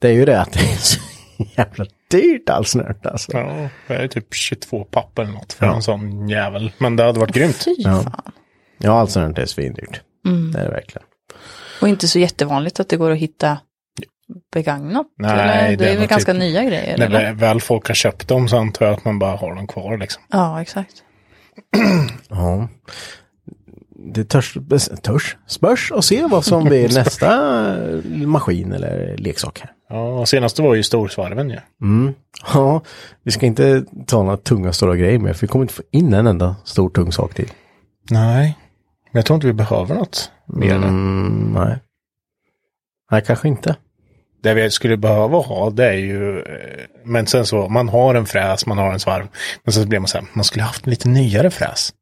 Det är ju det att det är så jävla dyrt all snört alltså. ja, det är typ 22 papp eller något för en sån jävel. Men det hade varit grymt. Fy Ja. fan. Ja, all snört är svindyrt. Mm. Det är det verkligen. Och inte så jättevanligt att det går att hitta begagnat. Nej, eller? Det, det är är väl nog ganska typ- nya grejer. När eller? väl- väl folk har köpt dem så antar jag att man bara har dem kvar liksom. Ja, exakt. Ja. Det törs, törs, spörs och se vad som blir nästa maskin eller leksak här. Ja, och senaste var ju storsvarven ju. Ja, vi ska inte ta några tunga stora grejer med, för vi kommer inte få in en enda stor tung sak till. Nej, men jag tror inte vi behöver något mer. Mm, nej. Nej, kanske inte. Det vi skulle behöva ha det är ju, eh, men sen så, man har en fräs, man har en svarv. Men sen så blir man så här, man skulle haft en lite nyare fräs.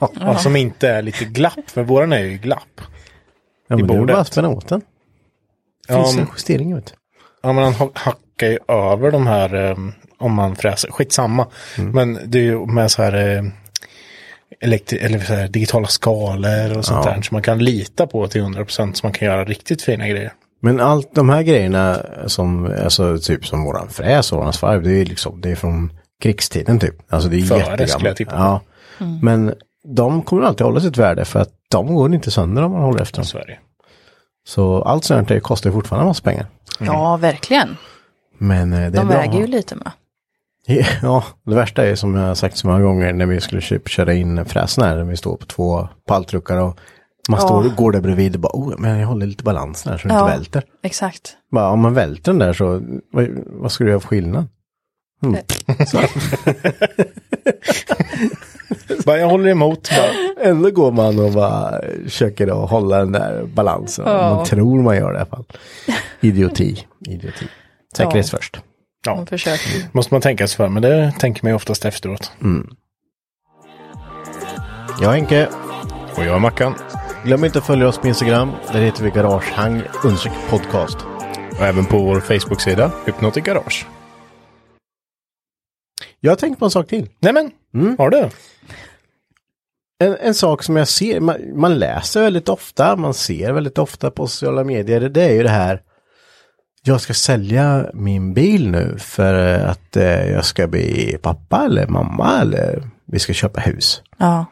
ja. Som inte är lite glapp, för våran är ju glapp. Ja, men det är bordet. bara att spänna åt den. Ja, Finns det men- en justering ut? Ja, men han ha- hackar ju över de här eh, om man fräser. Skitsamma. Men det är ju med så här, eh, elektri- eller så här digitala skalor och sånt där som man kan lita på till 100 procent så man kan göra riktigt fina grejer. Men allt de här grejerna som, alltså typ som våran fräs och våran svarv, det är ju liksom, det är från krigstiden typ. Alltså det är Före jättegammalt. skulle jag tippa på. Ja. Mm. Men de kommer alltid hålla sitt värde för att de går inte sönder om man håller efter dem. Så är det. Så allt sånt här kostar ju fortfarande en massa pengar. Ja, verkligen. Men eh, det är De bra. väger ju lite med. Ja, det värsta är som jag har sagt så många gånger när vi skulle köp, köra in fräsen här, när vi står på två palltruckar och man står och går där bredvid och bara, oh, men jag håller lite balansen här så det Ja. inte välter. Exakt. Bara, om man välter den där så, vad, vad ska du göra för skillnad? Bara, jag håller emot. Bara. Ändå går man och bara försöker att hålla den där balansen. Ja. Man tror man gör det i alla fall. Idioti, idioti. Säkerhet först. De Ja, Mm. försöker. måste man tänka sig för, men det tänker man ju oftast efteråt. Jag är Henke. Och jag är Mackan. Glöm inte att följa oss på Instagram. Där heter vi Garagehang undersök podcast. Och även på vår Facebook-sida, Hypnotic Garage. Jag har tänkt på en sak till. Nej men, har du? En, en sak som jag ser, man, man läser väldigt ofta, man ser väldigt ofta på sociala medier, det är ju det här jag ska sälja min bil nu för att eh, jag ska bli pappa eller mamma eller vi ska köpa hus. Ja,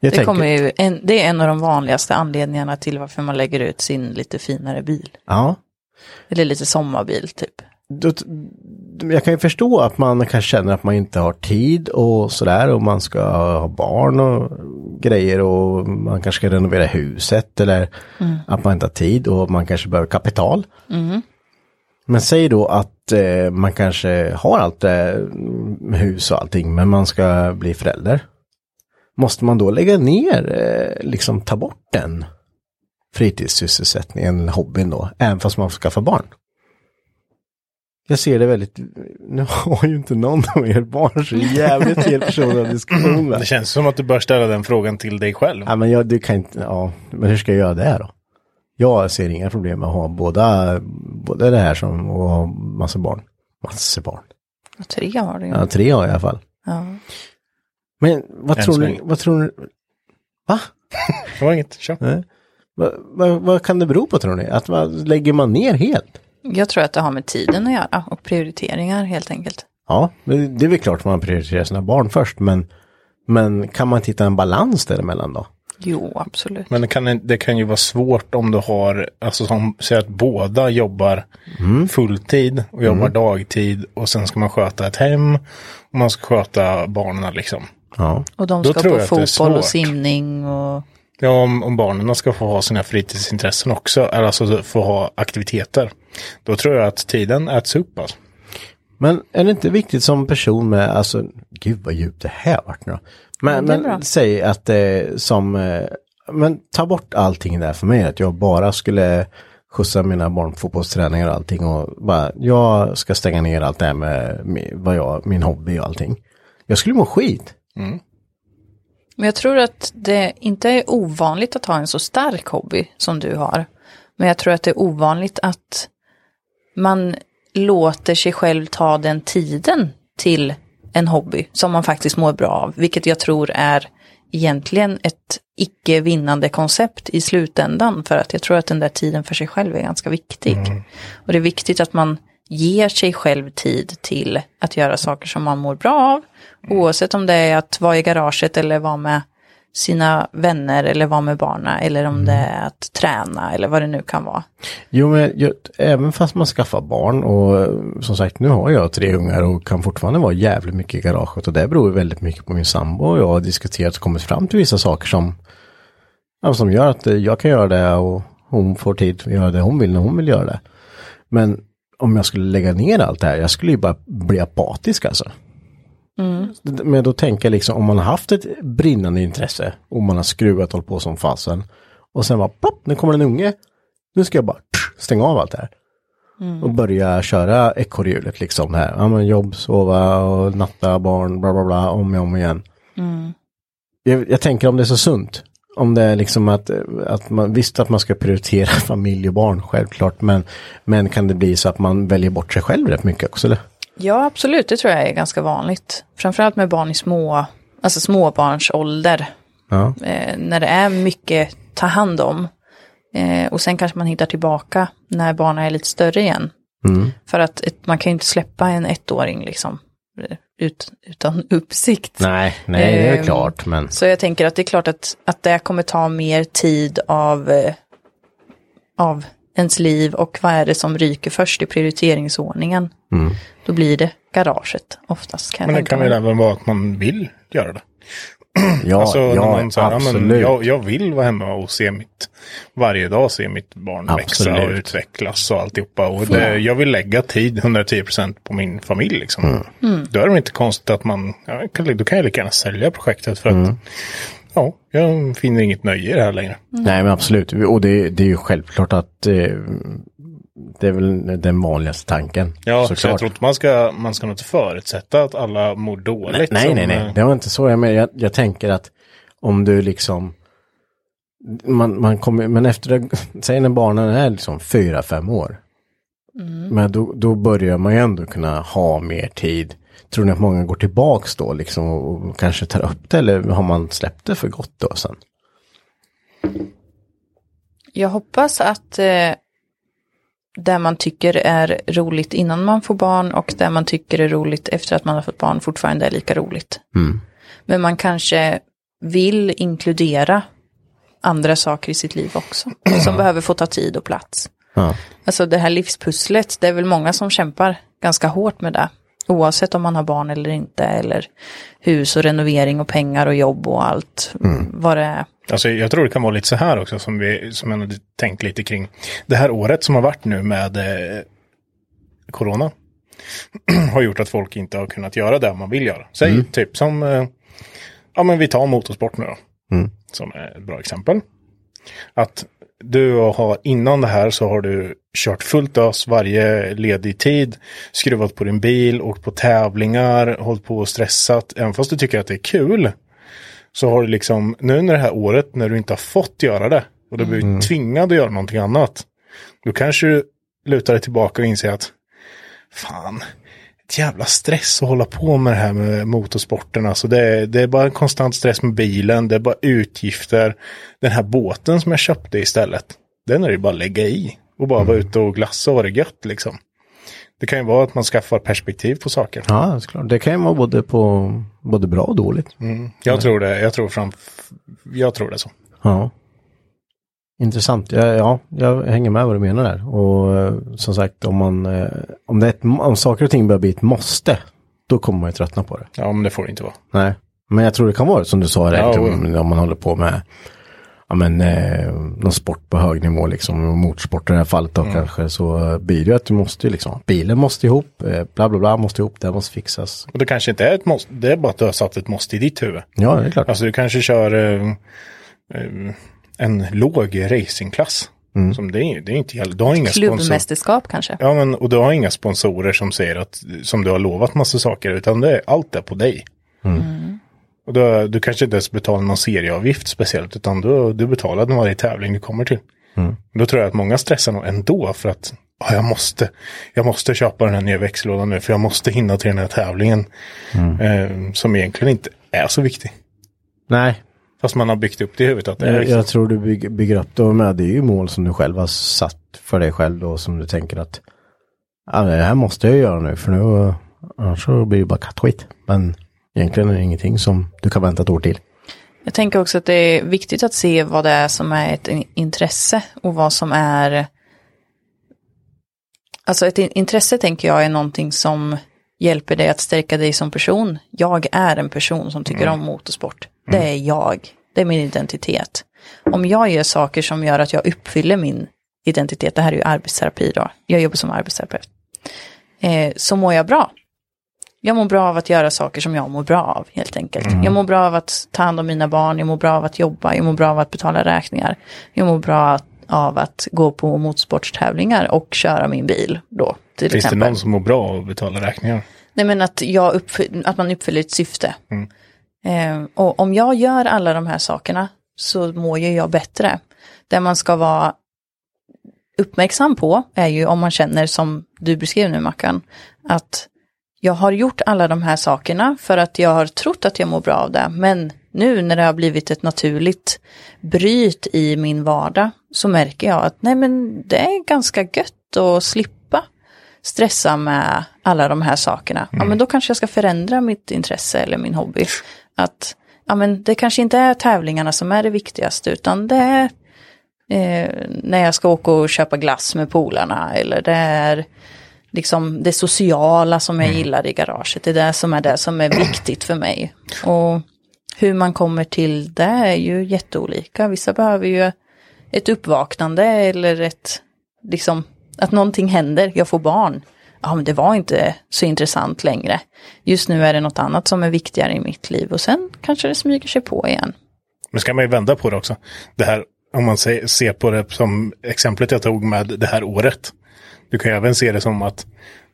Jag det, kommer ju en, det är en av de vanligaste anledningarna till varför man lägger ut sin lite finare bil. Ja, Eller lite sommarbil typ. då, jag kan ju förstå att man kanske känner att man inte har tid och sådär och man ska ha barn och grejer och man kanske ska renovera huset eller Mm. att man inte har tid och man kanske behöver kapital. Men säg då att eh, man kanske har allt det, eh, hus och allting, men man ska bli förälder. Måste man då lägga ner, eh, liksom ta bort den fritidssysselsättningen, hobbyn då, även fast man skaffar barn? Jag ser det väldigt, nu har ju inte någon av er barn så det är jävligt fel person att ha diskussion Det med. känns som att du bör ställa den frågan till dig själv. Ja men jag, du kan inte, ja, men hur ska jag göra det här då? Jag ser inga problem med att ha båda, både det här som, och ha massa barn. Massa barn. Och tre har du ju. Ja, tre har jag i alla fall. Ja. Men vad Än tror så ni, länge. vad tror ni, Det var inget, kör. vad, vad, vad kan det bero på tror ni? Att man lägger man ner helt? Jag tror att det har med tiden att göra och prioriteringar helt enkelt. Ja, men det är väl klart man prioriterar sina barn först, men, men kan man hitta en balans däremellan då? Jo, absolut. Men det kan, det kan ju vara svårt om du har, alltså som säger att båda jobbar fulltid och jobbar dagtid och sen ska man sköta ett hem och man ska sköta barnen liksom. Ja. Och de Då ska tror på jag att det är fotboll och svårt. simning och... Ja, om, om barnen ska få ha sina fritidsintressen också, eller alltså få ha aktiviteter, då tror jag att tiden äts upp. Alltså. Men är det inte viktigt som person med, alltså, gud vad djupt det här vart nu då. Men, det är bra. men säg att eh, som, eh, men ta bort allting där för mig, att jag bara skulle skjutsa mina barn på fotbollsträningar och allting och bara, jag ska stänga ner allt det här med, med vad jag, min hobby och allting. Jag skulle må skit. Men jag tror att det inte är ovanligt att ha en så stark hobby som du har. Men jag tror att det är ovanligt att man låter sig själv ta den tiden till en hobby som man faktiskt mår bra av. Vilket jag tror är egentligen ett icke vinnande koncept i slutändan. För att jag tror att den där tiden för sig själv är ganska viktig. Och det är viktigt att man ger sig själv tid till att göra saker som man mår bra av. Oavsett om det är att vara i garaget eller vara med sina vänner eller vara med barna eller om det är att träna eller vad det nu kan vara. Jo, men jag, även fast man skaffar barn och eh, som sagt nu har jag tre ungar och kan fortfarande vara jävligt mycket i garaget och det beror ju väldigt mycket på min sambo och jag har diskuterat och kommit fram till vissa saker som, ja, som gör att eh, jag kan göra det och hon får tid att göra det hon vill när hon vill göra det. Men om jag skulle lägga ner allt det här, jag skulle ju bara bli apatisk alltså. Men då tänker jag liksom om man har haft ett brinnande intresse och man har skruvat hållit på som fasen och sen bara plopp, nu kommer en unge. Nu ska jag bara tsch, stänga av allt det här. Och börja köra ekorrhjulet liksom här. Ja men jobb, sova och natta barn, bla bla bla, om och om igen. Jag, jag tänker om det är så sunt. Om det är liksom att, att man visst att man ska prioritera familj och barn självklart men, men kan det bli så att man väljer bort sig själv rätt mycket också eller? Ja, absolut. Det tror jag är ganska vanligt. Framförallt med barn i små, alltså småbarnsålder. Ja. Eh, när det är mycket ta hand om. Eh, och sen kanske man hittar tillbaka när barnen är lite större igen. För att ett, man kan ju inte släppa en ettåring liksom eh, ut, utan uppsikt. Nej, nej det är Ehm, klart men. Så jag tänker att det är klart att, att det kommer ta mer tid av, eh, av ens liv och vad är det som ryker först i prioriteringsordningen. Då blir det garaget oftast. Kan jag Men det tänka kan mig. väl även vara att man vill göra det. Ja, alltså, när ja man så här, "Ja, men absolut. jag, jag vill vara hemma och se mitt, varje dag se mitt barn växa och Absolut. utvecklas och alltihopa. Och det, jag vill lägga tid, 110% på min familj liksom. Mm. Då är det väl inte konstigt att man, ja, jag kan- då kan jag lika gärna sälja projektet för att, Mm. ja, jag finner inget nöje i det här längre. Nej men absolut, och det, det är ju självklart att eh, det är väl den vanligaste tanken. Ja, så jag såklart. tror inte man ska, man ska nog inte förutsätta att alla mår dåligt. Nej, som, nej, nej, eh, det var inte så. Jag, menar, jag, jag tänker att om du liksom, man, man kommer, men efter det, säg när barnen är liksom fyra, fem år. Men då, då börjar man ju ändå kunna ha mer tid. Tror ni att många går tillbaks då liksom och, och kanske tar upp det eller har man släppt det för gott då sen? Jag hoppas att eh, det man tycker är roligt innan man får barn och det man tycker är roligt efter att man har fått barn fortfarande är lika roligt. Men man kanske vill inkludera andra saker i sitt liv också, som behöver få ta tid och plats. Ja. Alltså det här livspusslet, det är väl många som kämpar ganska hårt med det. Oavsett om man har barn eller inte, eller hus och renovering och pengar och jobb och allt vad det är. Alltså, jag tror det kan vara lite så här också som, vi, som jag hade tänkt lite kring. Det här året som har varit nu med eh, corona har gjort att folk inte har kunnat göra det man vill göra. Säg typ som, eh, ja men vi tar motorsport nu då, som är ett bra exempel. Att du har innan det här så har du kört fullt ös varje ledig tid, skruvat på din bil, åkt på tävlingar, hållit på och stressat. Även fast du tycker att det är kul så har du liksom, nu när det här året när du inte har fått göra det och du blir tvingad att göra någonting annat, då kanske du lutar dig tillbaka och inser att fan, ett jävla stress att hålla på med det här med motorsporten. Alltså det, är- det är bara konstant stress med bilen, det är bara utgifter. Den här båten som jag köpte istället, den är det ju bara att lägga i och bara vara ute och glassa och ha det gött liksom. Det kan ju vara att man skaffar perspektiv på saker. Ja, såklart. Det kan ju vara både, på, både bra och dåligt. Mm. Jag tror det, jag tror fram, jag tror det så. Ja. Intressant. Ja, ja, jag hänger med vad du menar där. Och eh, som sagt, om, man, eh, om, det är ett, om saker och ting börjar bli ett måste, då kommer man ju tröttna på det. Ja, men det får det inte vara. Nej. Men jag tror det kan vara som du sa, Ja, ja, och- om, om man håller på med ja, men, eh, någon sport på hög nivå, liksom, motorsport i det här fallet då kanske, så blir det ju att du måste ju liksom, bilen måste ihop, eh, bla bla bla måste ihop, det här måste fixas. Och det kanske inte är ett måste, det är bara att du har satt ett måste i ditt huvud. Ja, det är klart. Alltså du kanske kör eh, eh, en låg racingklass. Som det, är, det är inte jävla, du har inga sponsorer. Klubbmästerskap kanske. Ja, men och du har inga sponsorer som säger att, som du har lovat massa saker, utan det är allt är på dig. Mm. Och då, du kanske inte ens betalar någon serieavgift speciellt, utan du, du betalar den varje tävling du kommer till. Mm. Då tror jag att många stressar nog ändå för att "Ah, jag, måste, jag måste köpa den här nya växellådan nu, för jag måste hinna till den här tävlingen. Mm. Eh, som egentligen inte är så viktig. Nej, Fast man har byggt upp det i huvudet att det är jag, viktigt. Eh, jag tror du bygger, bygger upp det, och med, det är ju mål som du själv har satt för dig själv då, som du tänker att ja, det här måste jag göra nu, för nu annars så blir det bara kattskit. Men egentligen är det ingenting som du kan vänta ett år till. Jag tänker också att det är viktigt att se vad det är som är ett in- intresse och vad som är... Alltså ett in- intresse tänker jag är någonting som hjälper dig att stärka dig som person. Jag är en person som tycker om motorsport. Det är jag. Det är min identitet. Om jag gör saker som gör att jag uppfyller min identitet, det här är ju arbetsterapi då, jag jobbar som arbetsterapeut, eh, så mår jag bra. Jag mår bra av att göra saker som jag mår bra av helt enkelt. Mm. Jag mår bra av att ta hand om mina barn, jag mår bra av att jobba, jag mår bra av att betala räkningar. Jag mår bra av att gå på motorsportstävlingar och köra min bil då. Till Finns det exempel. någon som mår bra av att betala räkningar? Nej men att, jag uppfy- att man uppfyller ett syfte. Eh, och om jag gör alla de här sakerna så mår ju jag bättre. Det man ska vara uppmärksam på är ju om man känner som du beskrev nu Mackan, att jag har gjort alla de här sakerna för att jag har trott att jag mår bra av det. Men nu när det har blivit ett naturligt bryt i min vardag så märker jag att nej men det är ganska gött att slippa stressa med alla de här sakerna. Ja men då kanske jag ska förändra mitt intresse eller min hobby. Att ja men det kanske inte är tävlingarna som är det viktigaste utan det är eh, när jag ska åka och köpa glass med polarna eller det är liksom det sociala som jag gillar i garaget. Det är det som är det som är viktigt för mig. Och hur man kommer till det är ju jätteolika. Vissa behöver ju ett uppvaknande eller ett, liksom, att någonting händer, jag får barn. Ja, men det var inte så intressant längre. Just nu är det något annat som är viktigare i mitt liv och sen kanske det smyger sig på igen. Men ska man ju vända på det också. Det här, om man se- ser på det som exemplet jag tog med det här året. Du kan ju även se det som att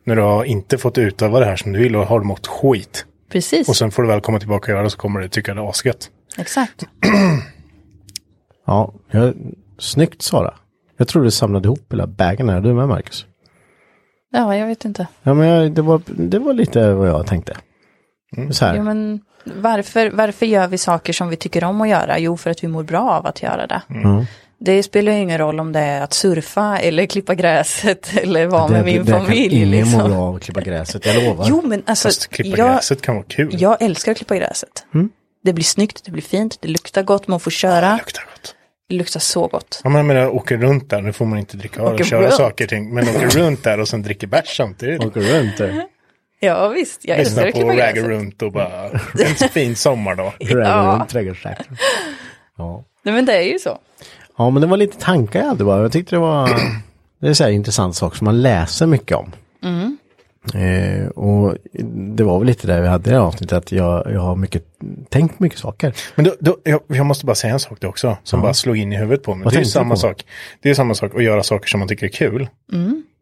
när du har inte fått utöva det här som du vill och har du mått skit. Precis, Och sen får du väl komma tillbaka och göra det så kommer du tycka det är asgött. exakt. Ja, jag, snyggt Sara. Jag tror du samlade ihop hela bagen här. Du med Marcus? Ja, jag vet inte. Ja, men jag, det, var, det var lite vad jag tänkte. Så här. Ja, men varför, varför gör vi saker som vi tycker om att göra? Jo, för att vi mår bra av att göra det. Mm. Det spelar ju ingen roll om det är att surfa eller klippa gräset eller vara det, med min det kan familj. ingen må Liksom. bra av att klippa gräset, jag lovar. Jo, men alltså, Fast klippa jag, gräset kan vara kul. jag älskar att klippa gräset. Mm. Det blir snyggt, det blir fint, det luktar gott, man får köra. Det luktar gott. Det luktar så gott. Ja, men jag menar, åker runt där, nu får man inte dricka öl Åker och köra runt. saker och ting. Men åker runt där och sen dricker bärs samtidigt. Åker runt där. Ja, visst, jag älskar Lyssnar att på klippa ragga gräset. runt och bara, en fin sommar då. Dräller runt trädgårdssäkert. Ja. Nej, men det är ju så. ja, men det var lite tankar jag hade bara. Jag tyckte det var... Det är så här intressant sak som man läser mycket om. Eh, och det var väl lite där vi hade i det här avsnittet, att jag, jag har mycket, tänkt mycket saker. Men då, då, jag, jag måste bara säga en sak då också, som bara slog in i huvudet på mig. Vad Det är ju tänkte du samma på? sak. Det är ju samma sak att göra saker som man tycker är kul.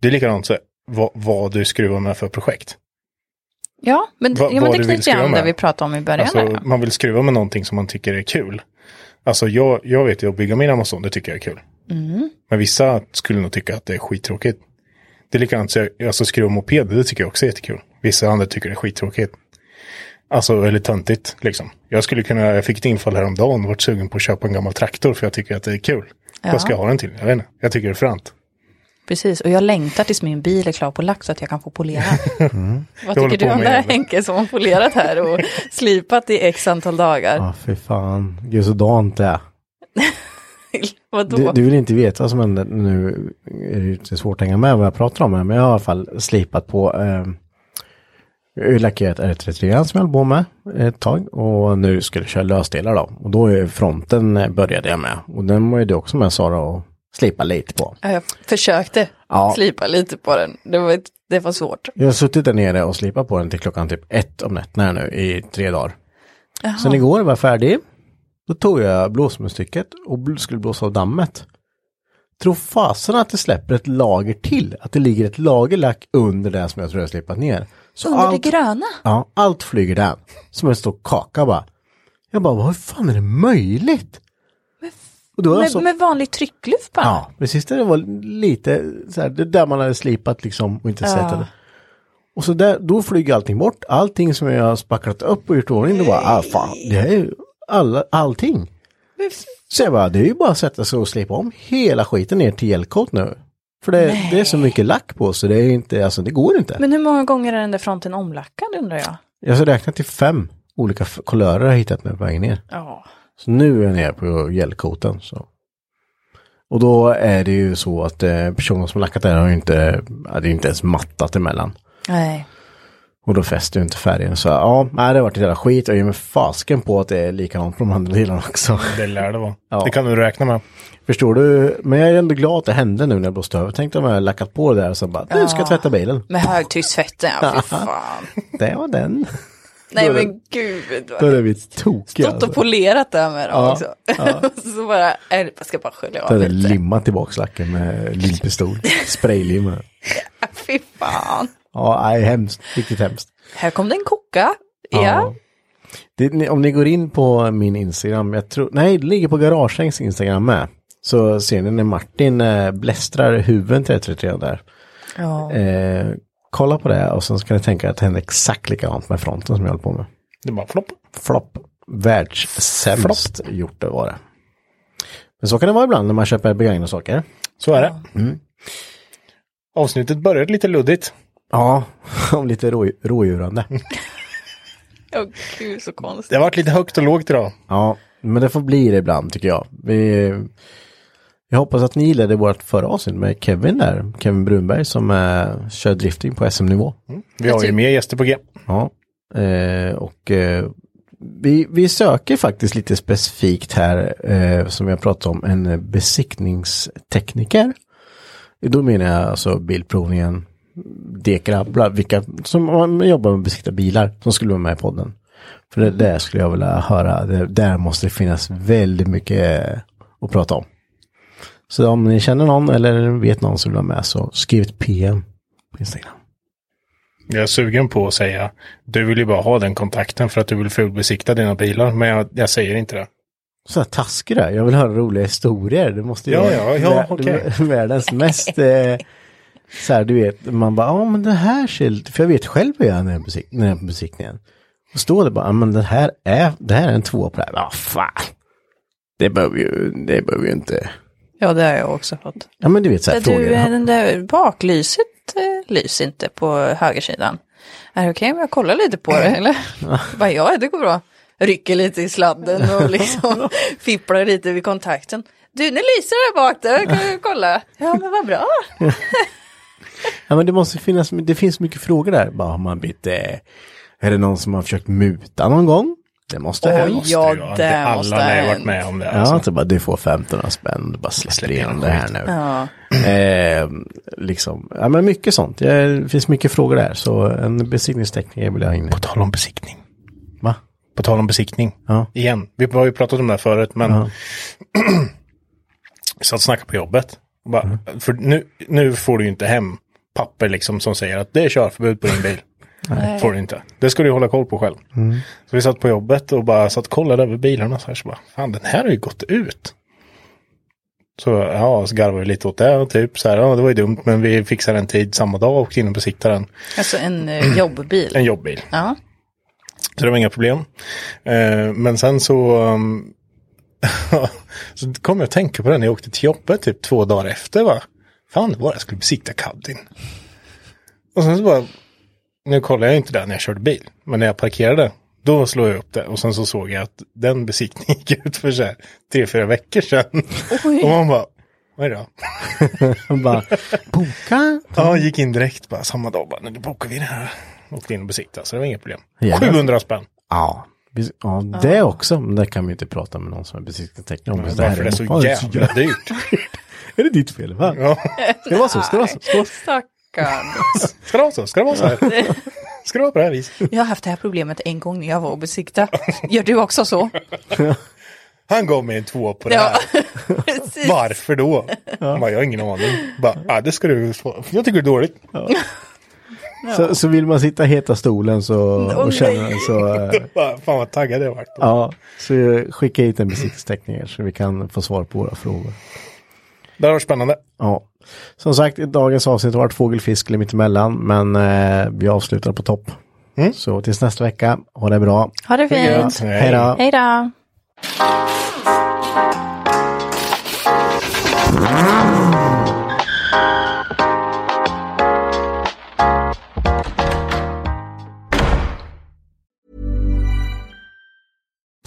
Det är likadant så, här, vad, vad du skruvar med för projekt. Ja, men, Va- ja, vad men du det vill knyter ju skriva an med. det vi pratade om i början. här, Alltså, då. man vill skruva med någonting som man tycker är kul. Alltså jag, jag vet ju att bygga min Amazon, det tycker jag är kul. Men vissa skulle nog tycka att det är skittråkigt. Det är likadant, så jag, alltså skruva mopeder, det tycker jag också är jättekul. Vissa andra tycker det är skittråkigt. Alltså, eller töntigt liksom. Jag skulle kunna, jag fick ett infall häromdagen och varit sugen på att köpa en gammal traktor för jag tycker att det är kul. Ja. Vad ska jag ha den till? Jag vet inte. Jag tycker det är fränt. Precis, och jag längtar tills min bil är klar på lack så att jag kan få polera. Mm. Vad håller tycker du på om det med här det. Henke som har polerat här och slipat i x antal dagar? Ja, Ah, fy fan. Gud, så dant det är. Vadå? Du, du vill inte veta vad som händer nu. Är det är svårt att hänga med vad jag pratar om här, men jag har i alla fall slipat på eh, Jag har lackerat R33 som jag höll på med ett tag och nu skulle jag köra lösdelar då. Och då är fronten eh, började jag med och den var ju du också med Sara och slipa lite på. Ja, Jag försökte Ja. slipa lite på den. Det var, ett- det var svårt. Jag har suttit där nere och slipat på den till klockan typ ett om nätterna nu i tre dagar. Sen igår var jag färdig. Då tog jag blåsmunstycket och bl- skulle blåsa av dammet. Tror fasen att det släpper ett lager till. Att det ligger ett lager lack under det som jag tror jag slipat ner. Så Under det gröna? Ja, allt flyger där. Som en stor kaka bara. Jag bara, hur fan är det möjligt? Och då har jag Med, så- med vanlig tryckluft bara? Ja, precis. Det var lite så här, det där man hade slipat liksom och inte sett det. Och så där, då flyger allting bort. Allting som jag har spacklat upp och gjort i ordning, då bara, ah, fan, det här är ju alla, allting. Så jag bara, det är ju bara att sätta sig och slipa om hela skiten ner till elkot nu. För det, det är så mycket lack på så det är inte, alltså det går inte. Men hur många gånger är den där fronten omlackad undrar jag? Jag har räknat till fem olika f- kulörer jag har hittat nu på vägen ner. Ja. Så nu är jag nere på gällkoten. Så. Och då är det ju så att eh, personen som har lackat där har ju inte, ja, det är inte ens mattat emellan. Nej. Och då fäster ju inte färgen. Så ja, nej, det har varit ett jävla skit. Och jag ger mig fasken på att det är likadant på de andra delarna också. Det lär det vara. Ja. Det kan du räkna med. Förstår du? Men jag är ändå glad att det hände nu när jag blåste över. Tänk om jag hade lackat på det där och så bara, nu ska jag tvätta bilen. Med högtrycksfetten, ja fy fan. Det var den. Nej är det- men gud. Då Vad... är vi tokiga. Stått och Alltså. polerat där med dem också. så bara, nej, jag ska bara skölja Då av hade jag lite. limmat tillbaka lacken med limpistol. Spraylim. Fy fan. Ja, nej, hemskt. Riktigt hemskt. Här kom det en koka. Ja. Det, ni- om ni går in på min Instagram, jag tror, nej det ligger på Garagehängs Instagram med. Så ser ni när Martin eh, blästrar huven till 33 där. Ja. Eh, kolla på det och sen ska ni tänka att det hände exakt likadant med fronten som jag höll på med. Det bara flopp. Flopp. Världssämst gjort det var det. Men så kan det vara ibland när man köper begagnade saker. Så är det. Avsnittet började lite luddigt. Ja, om lite rå, rådjurande. Åh, gud så konstigt. Det har varit lite högt och lågt idag. Ja, men det får bli det ibland tycker jag. Vi, jag hoppas att ni gillade vårt förra avsnitt med Kevin där, Kevin Brunberg som eh, kör drifting på SM-nivå. Vi har ju mer gäster på G. Ja. Eh, och eh, vi, vi söker faktiskt lite specifikt här eh, som jag pratat om en besiktningstekniker. Då menar jag alltså bilprovningen, dekrabblar, vilka som man jobbar med att besikta bilar som skulle vara med i podden. För det där skulle jag vilja höra, det, där måste det finnas väldigt mycket eh, att prata om. Så om ni känner någon eller vet någon som vill vara med så skriv ett PM på Instagram. Jag är sugen på att säga, du vill ju bara ha den kontakten för att du vill fulbesikta dina bilar, men jag, jag säger inte det. så här taskig där. Jag vill höra roliga historier. Det måste ju Ja, vara ja, ja, vär- okej. världens mest... Eh, så här, du vet, man bara, ja men det här ser lite... För jag vet själv vad jag gör när jag är på besik- när jag är på besiktningen. Och står det bara, ja men det här är, det här är en tvåa på det här. Ja, fan. Det behöver ju, det behöver ju inte... Ja, det har jag också fått. Ja men du vet så här frågor. Du, eh, den där baklyset eh, lyser inte på högersidan. Är det okej om jag kollar lite på det eller? Bara, ja, det går bra. Rycker lite i sladden och liksom fipplar lite vid kontakten. Du, nu lyser det där bak där, kan du kolla? Ja, men vad bra. Ja men det måste finnas, det finns mycket frågor där. Bara har man blivit... Eh, är det någon som har försökt muta någon gång? Det måste ha hänt. ja, Det har inte det alla måste har ha varit hänt. med om det. Ja, Alltså. alltså bara du får 1500 spänn, du bara släpp igenom det här nu. Ja. Eh, liksom, ja men mycket sånt. Ja, Det finns mycket frågor där, så en besiktningstekniker vill jag ha in. På tal om besiktning. Va? På tal om besiktning. Ja. Igen. Vi har ju pratat om det här förut, men vi satt och snackade på jobbet. Och Bara, För nu, nu får du ju inte hem papper liksom som säger att det är körförbud på din bil. Eh. Får du inte. Det ska du ju hålla koll på själv. Så vi satt på jobbet och bara satt och kollade över bilarna så här så bara, fan den här har ju gått ut. Så ja, så garvade vi lite åt det och typ så här, ja det var ju dumt men vi fixade en tid samma dag och åkte in och besiktade den. Alltså en eh, jobbbil. En jobbbil. Ja. Så det var inga problem. Eh, men sen så, um, så kom jag att tänka på det när jag åkte till jobbet typ två dagar efter. Va? Fan, det var det jag skulle besikta Caddin. Och sen så bara, nu kollar jag inte där när jag körde bil, men när jag parkerade, då slog jag upp det och sen så såg jag att den besiktningen gick ut för så här, tre, fyra veckor sedan. Och man bara, Oj då. Han bara, boka? Ja, gick in direkt bara samma dag. Bara, nu bokar vi det här. Åkte in och besiktade, så det var inget problem. Jävlar. 700 spänn. Ja. bes- Ja, det också. Men det kan vi inte prata med någon som är besiktningstekniker om. Men just här Varför det är så Ja, jävla dyrt. Är det ditt fel? Va? Ja. Ska det vara så? Ska det vara så? Ska det vara så? Stackarn. Ska det vara så? Ska det vara så här? Ska det vara på det här viset? Jag har haft det här problemet en gång när jag var och besikta. Gör du också så? Han gav mig en två på det här. Ja, precis. Varför då? Han Bara, jag har ingen aning. Bara, ah, det ska du få. Jag tycker det är dåligt. Så, så vill man sitta i heta stolen så, Åh, och känna så, eh, Bara, Fan vad taggad jag varit. på. ja, så eh, skicka hit en besiktningstekniker så vi kan få svar på våra frågor. Det här var spännande. Ja, som sagt, dagens avsnitt har varit fågelfisk eller mittemellan, men eh, vi avslutar på topp. Så tills nästa vecka, ha det bra. Ha det fint. Mm. Hej då. Hej då.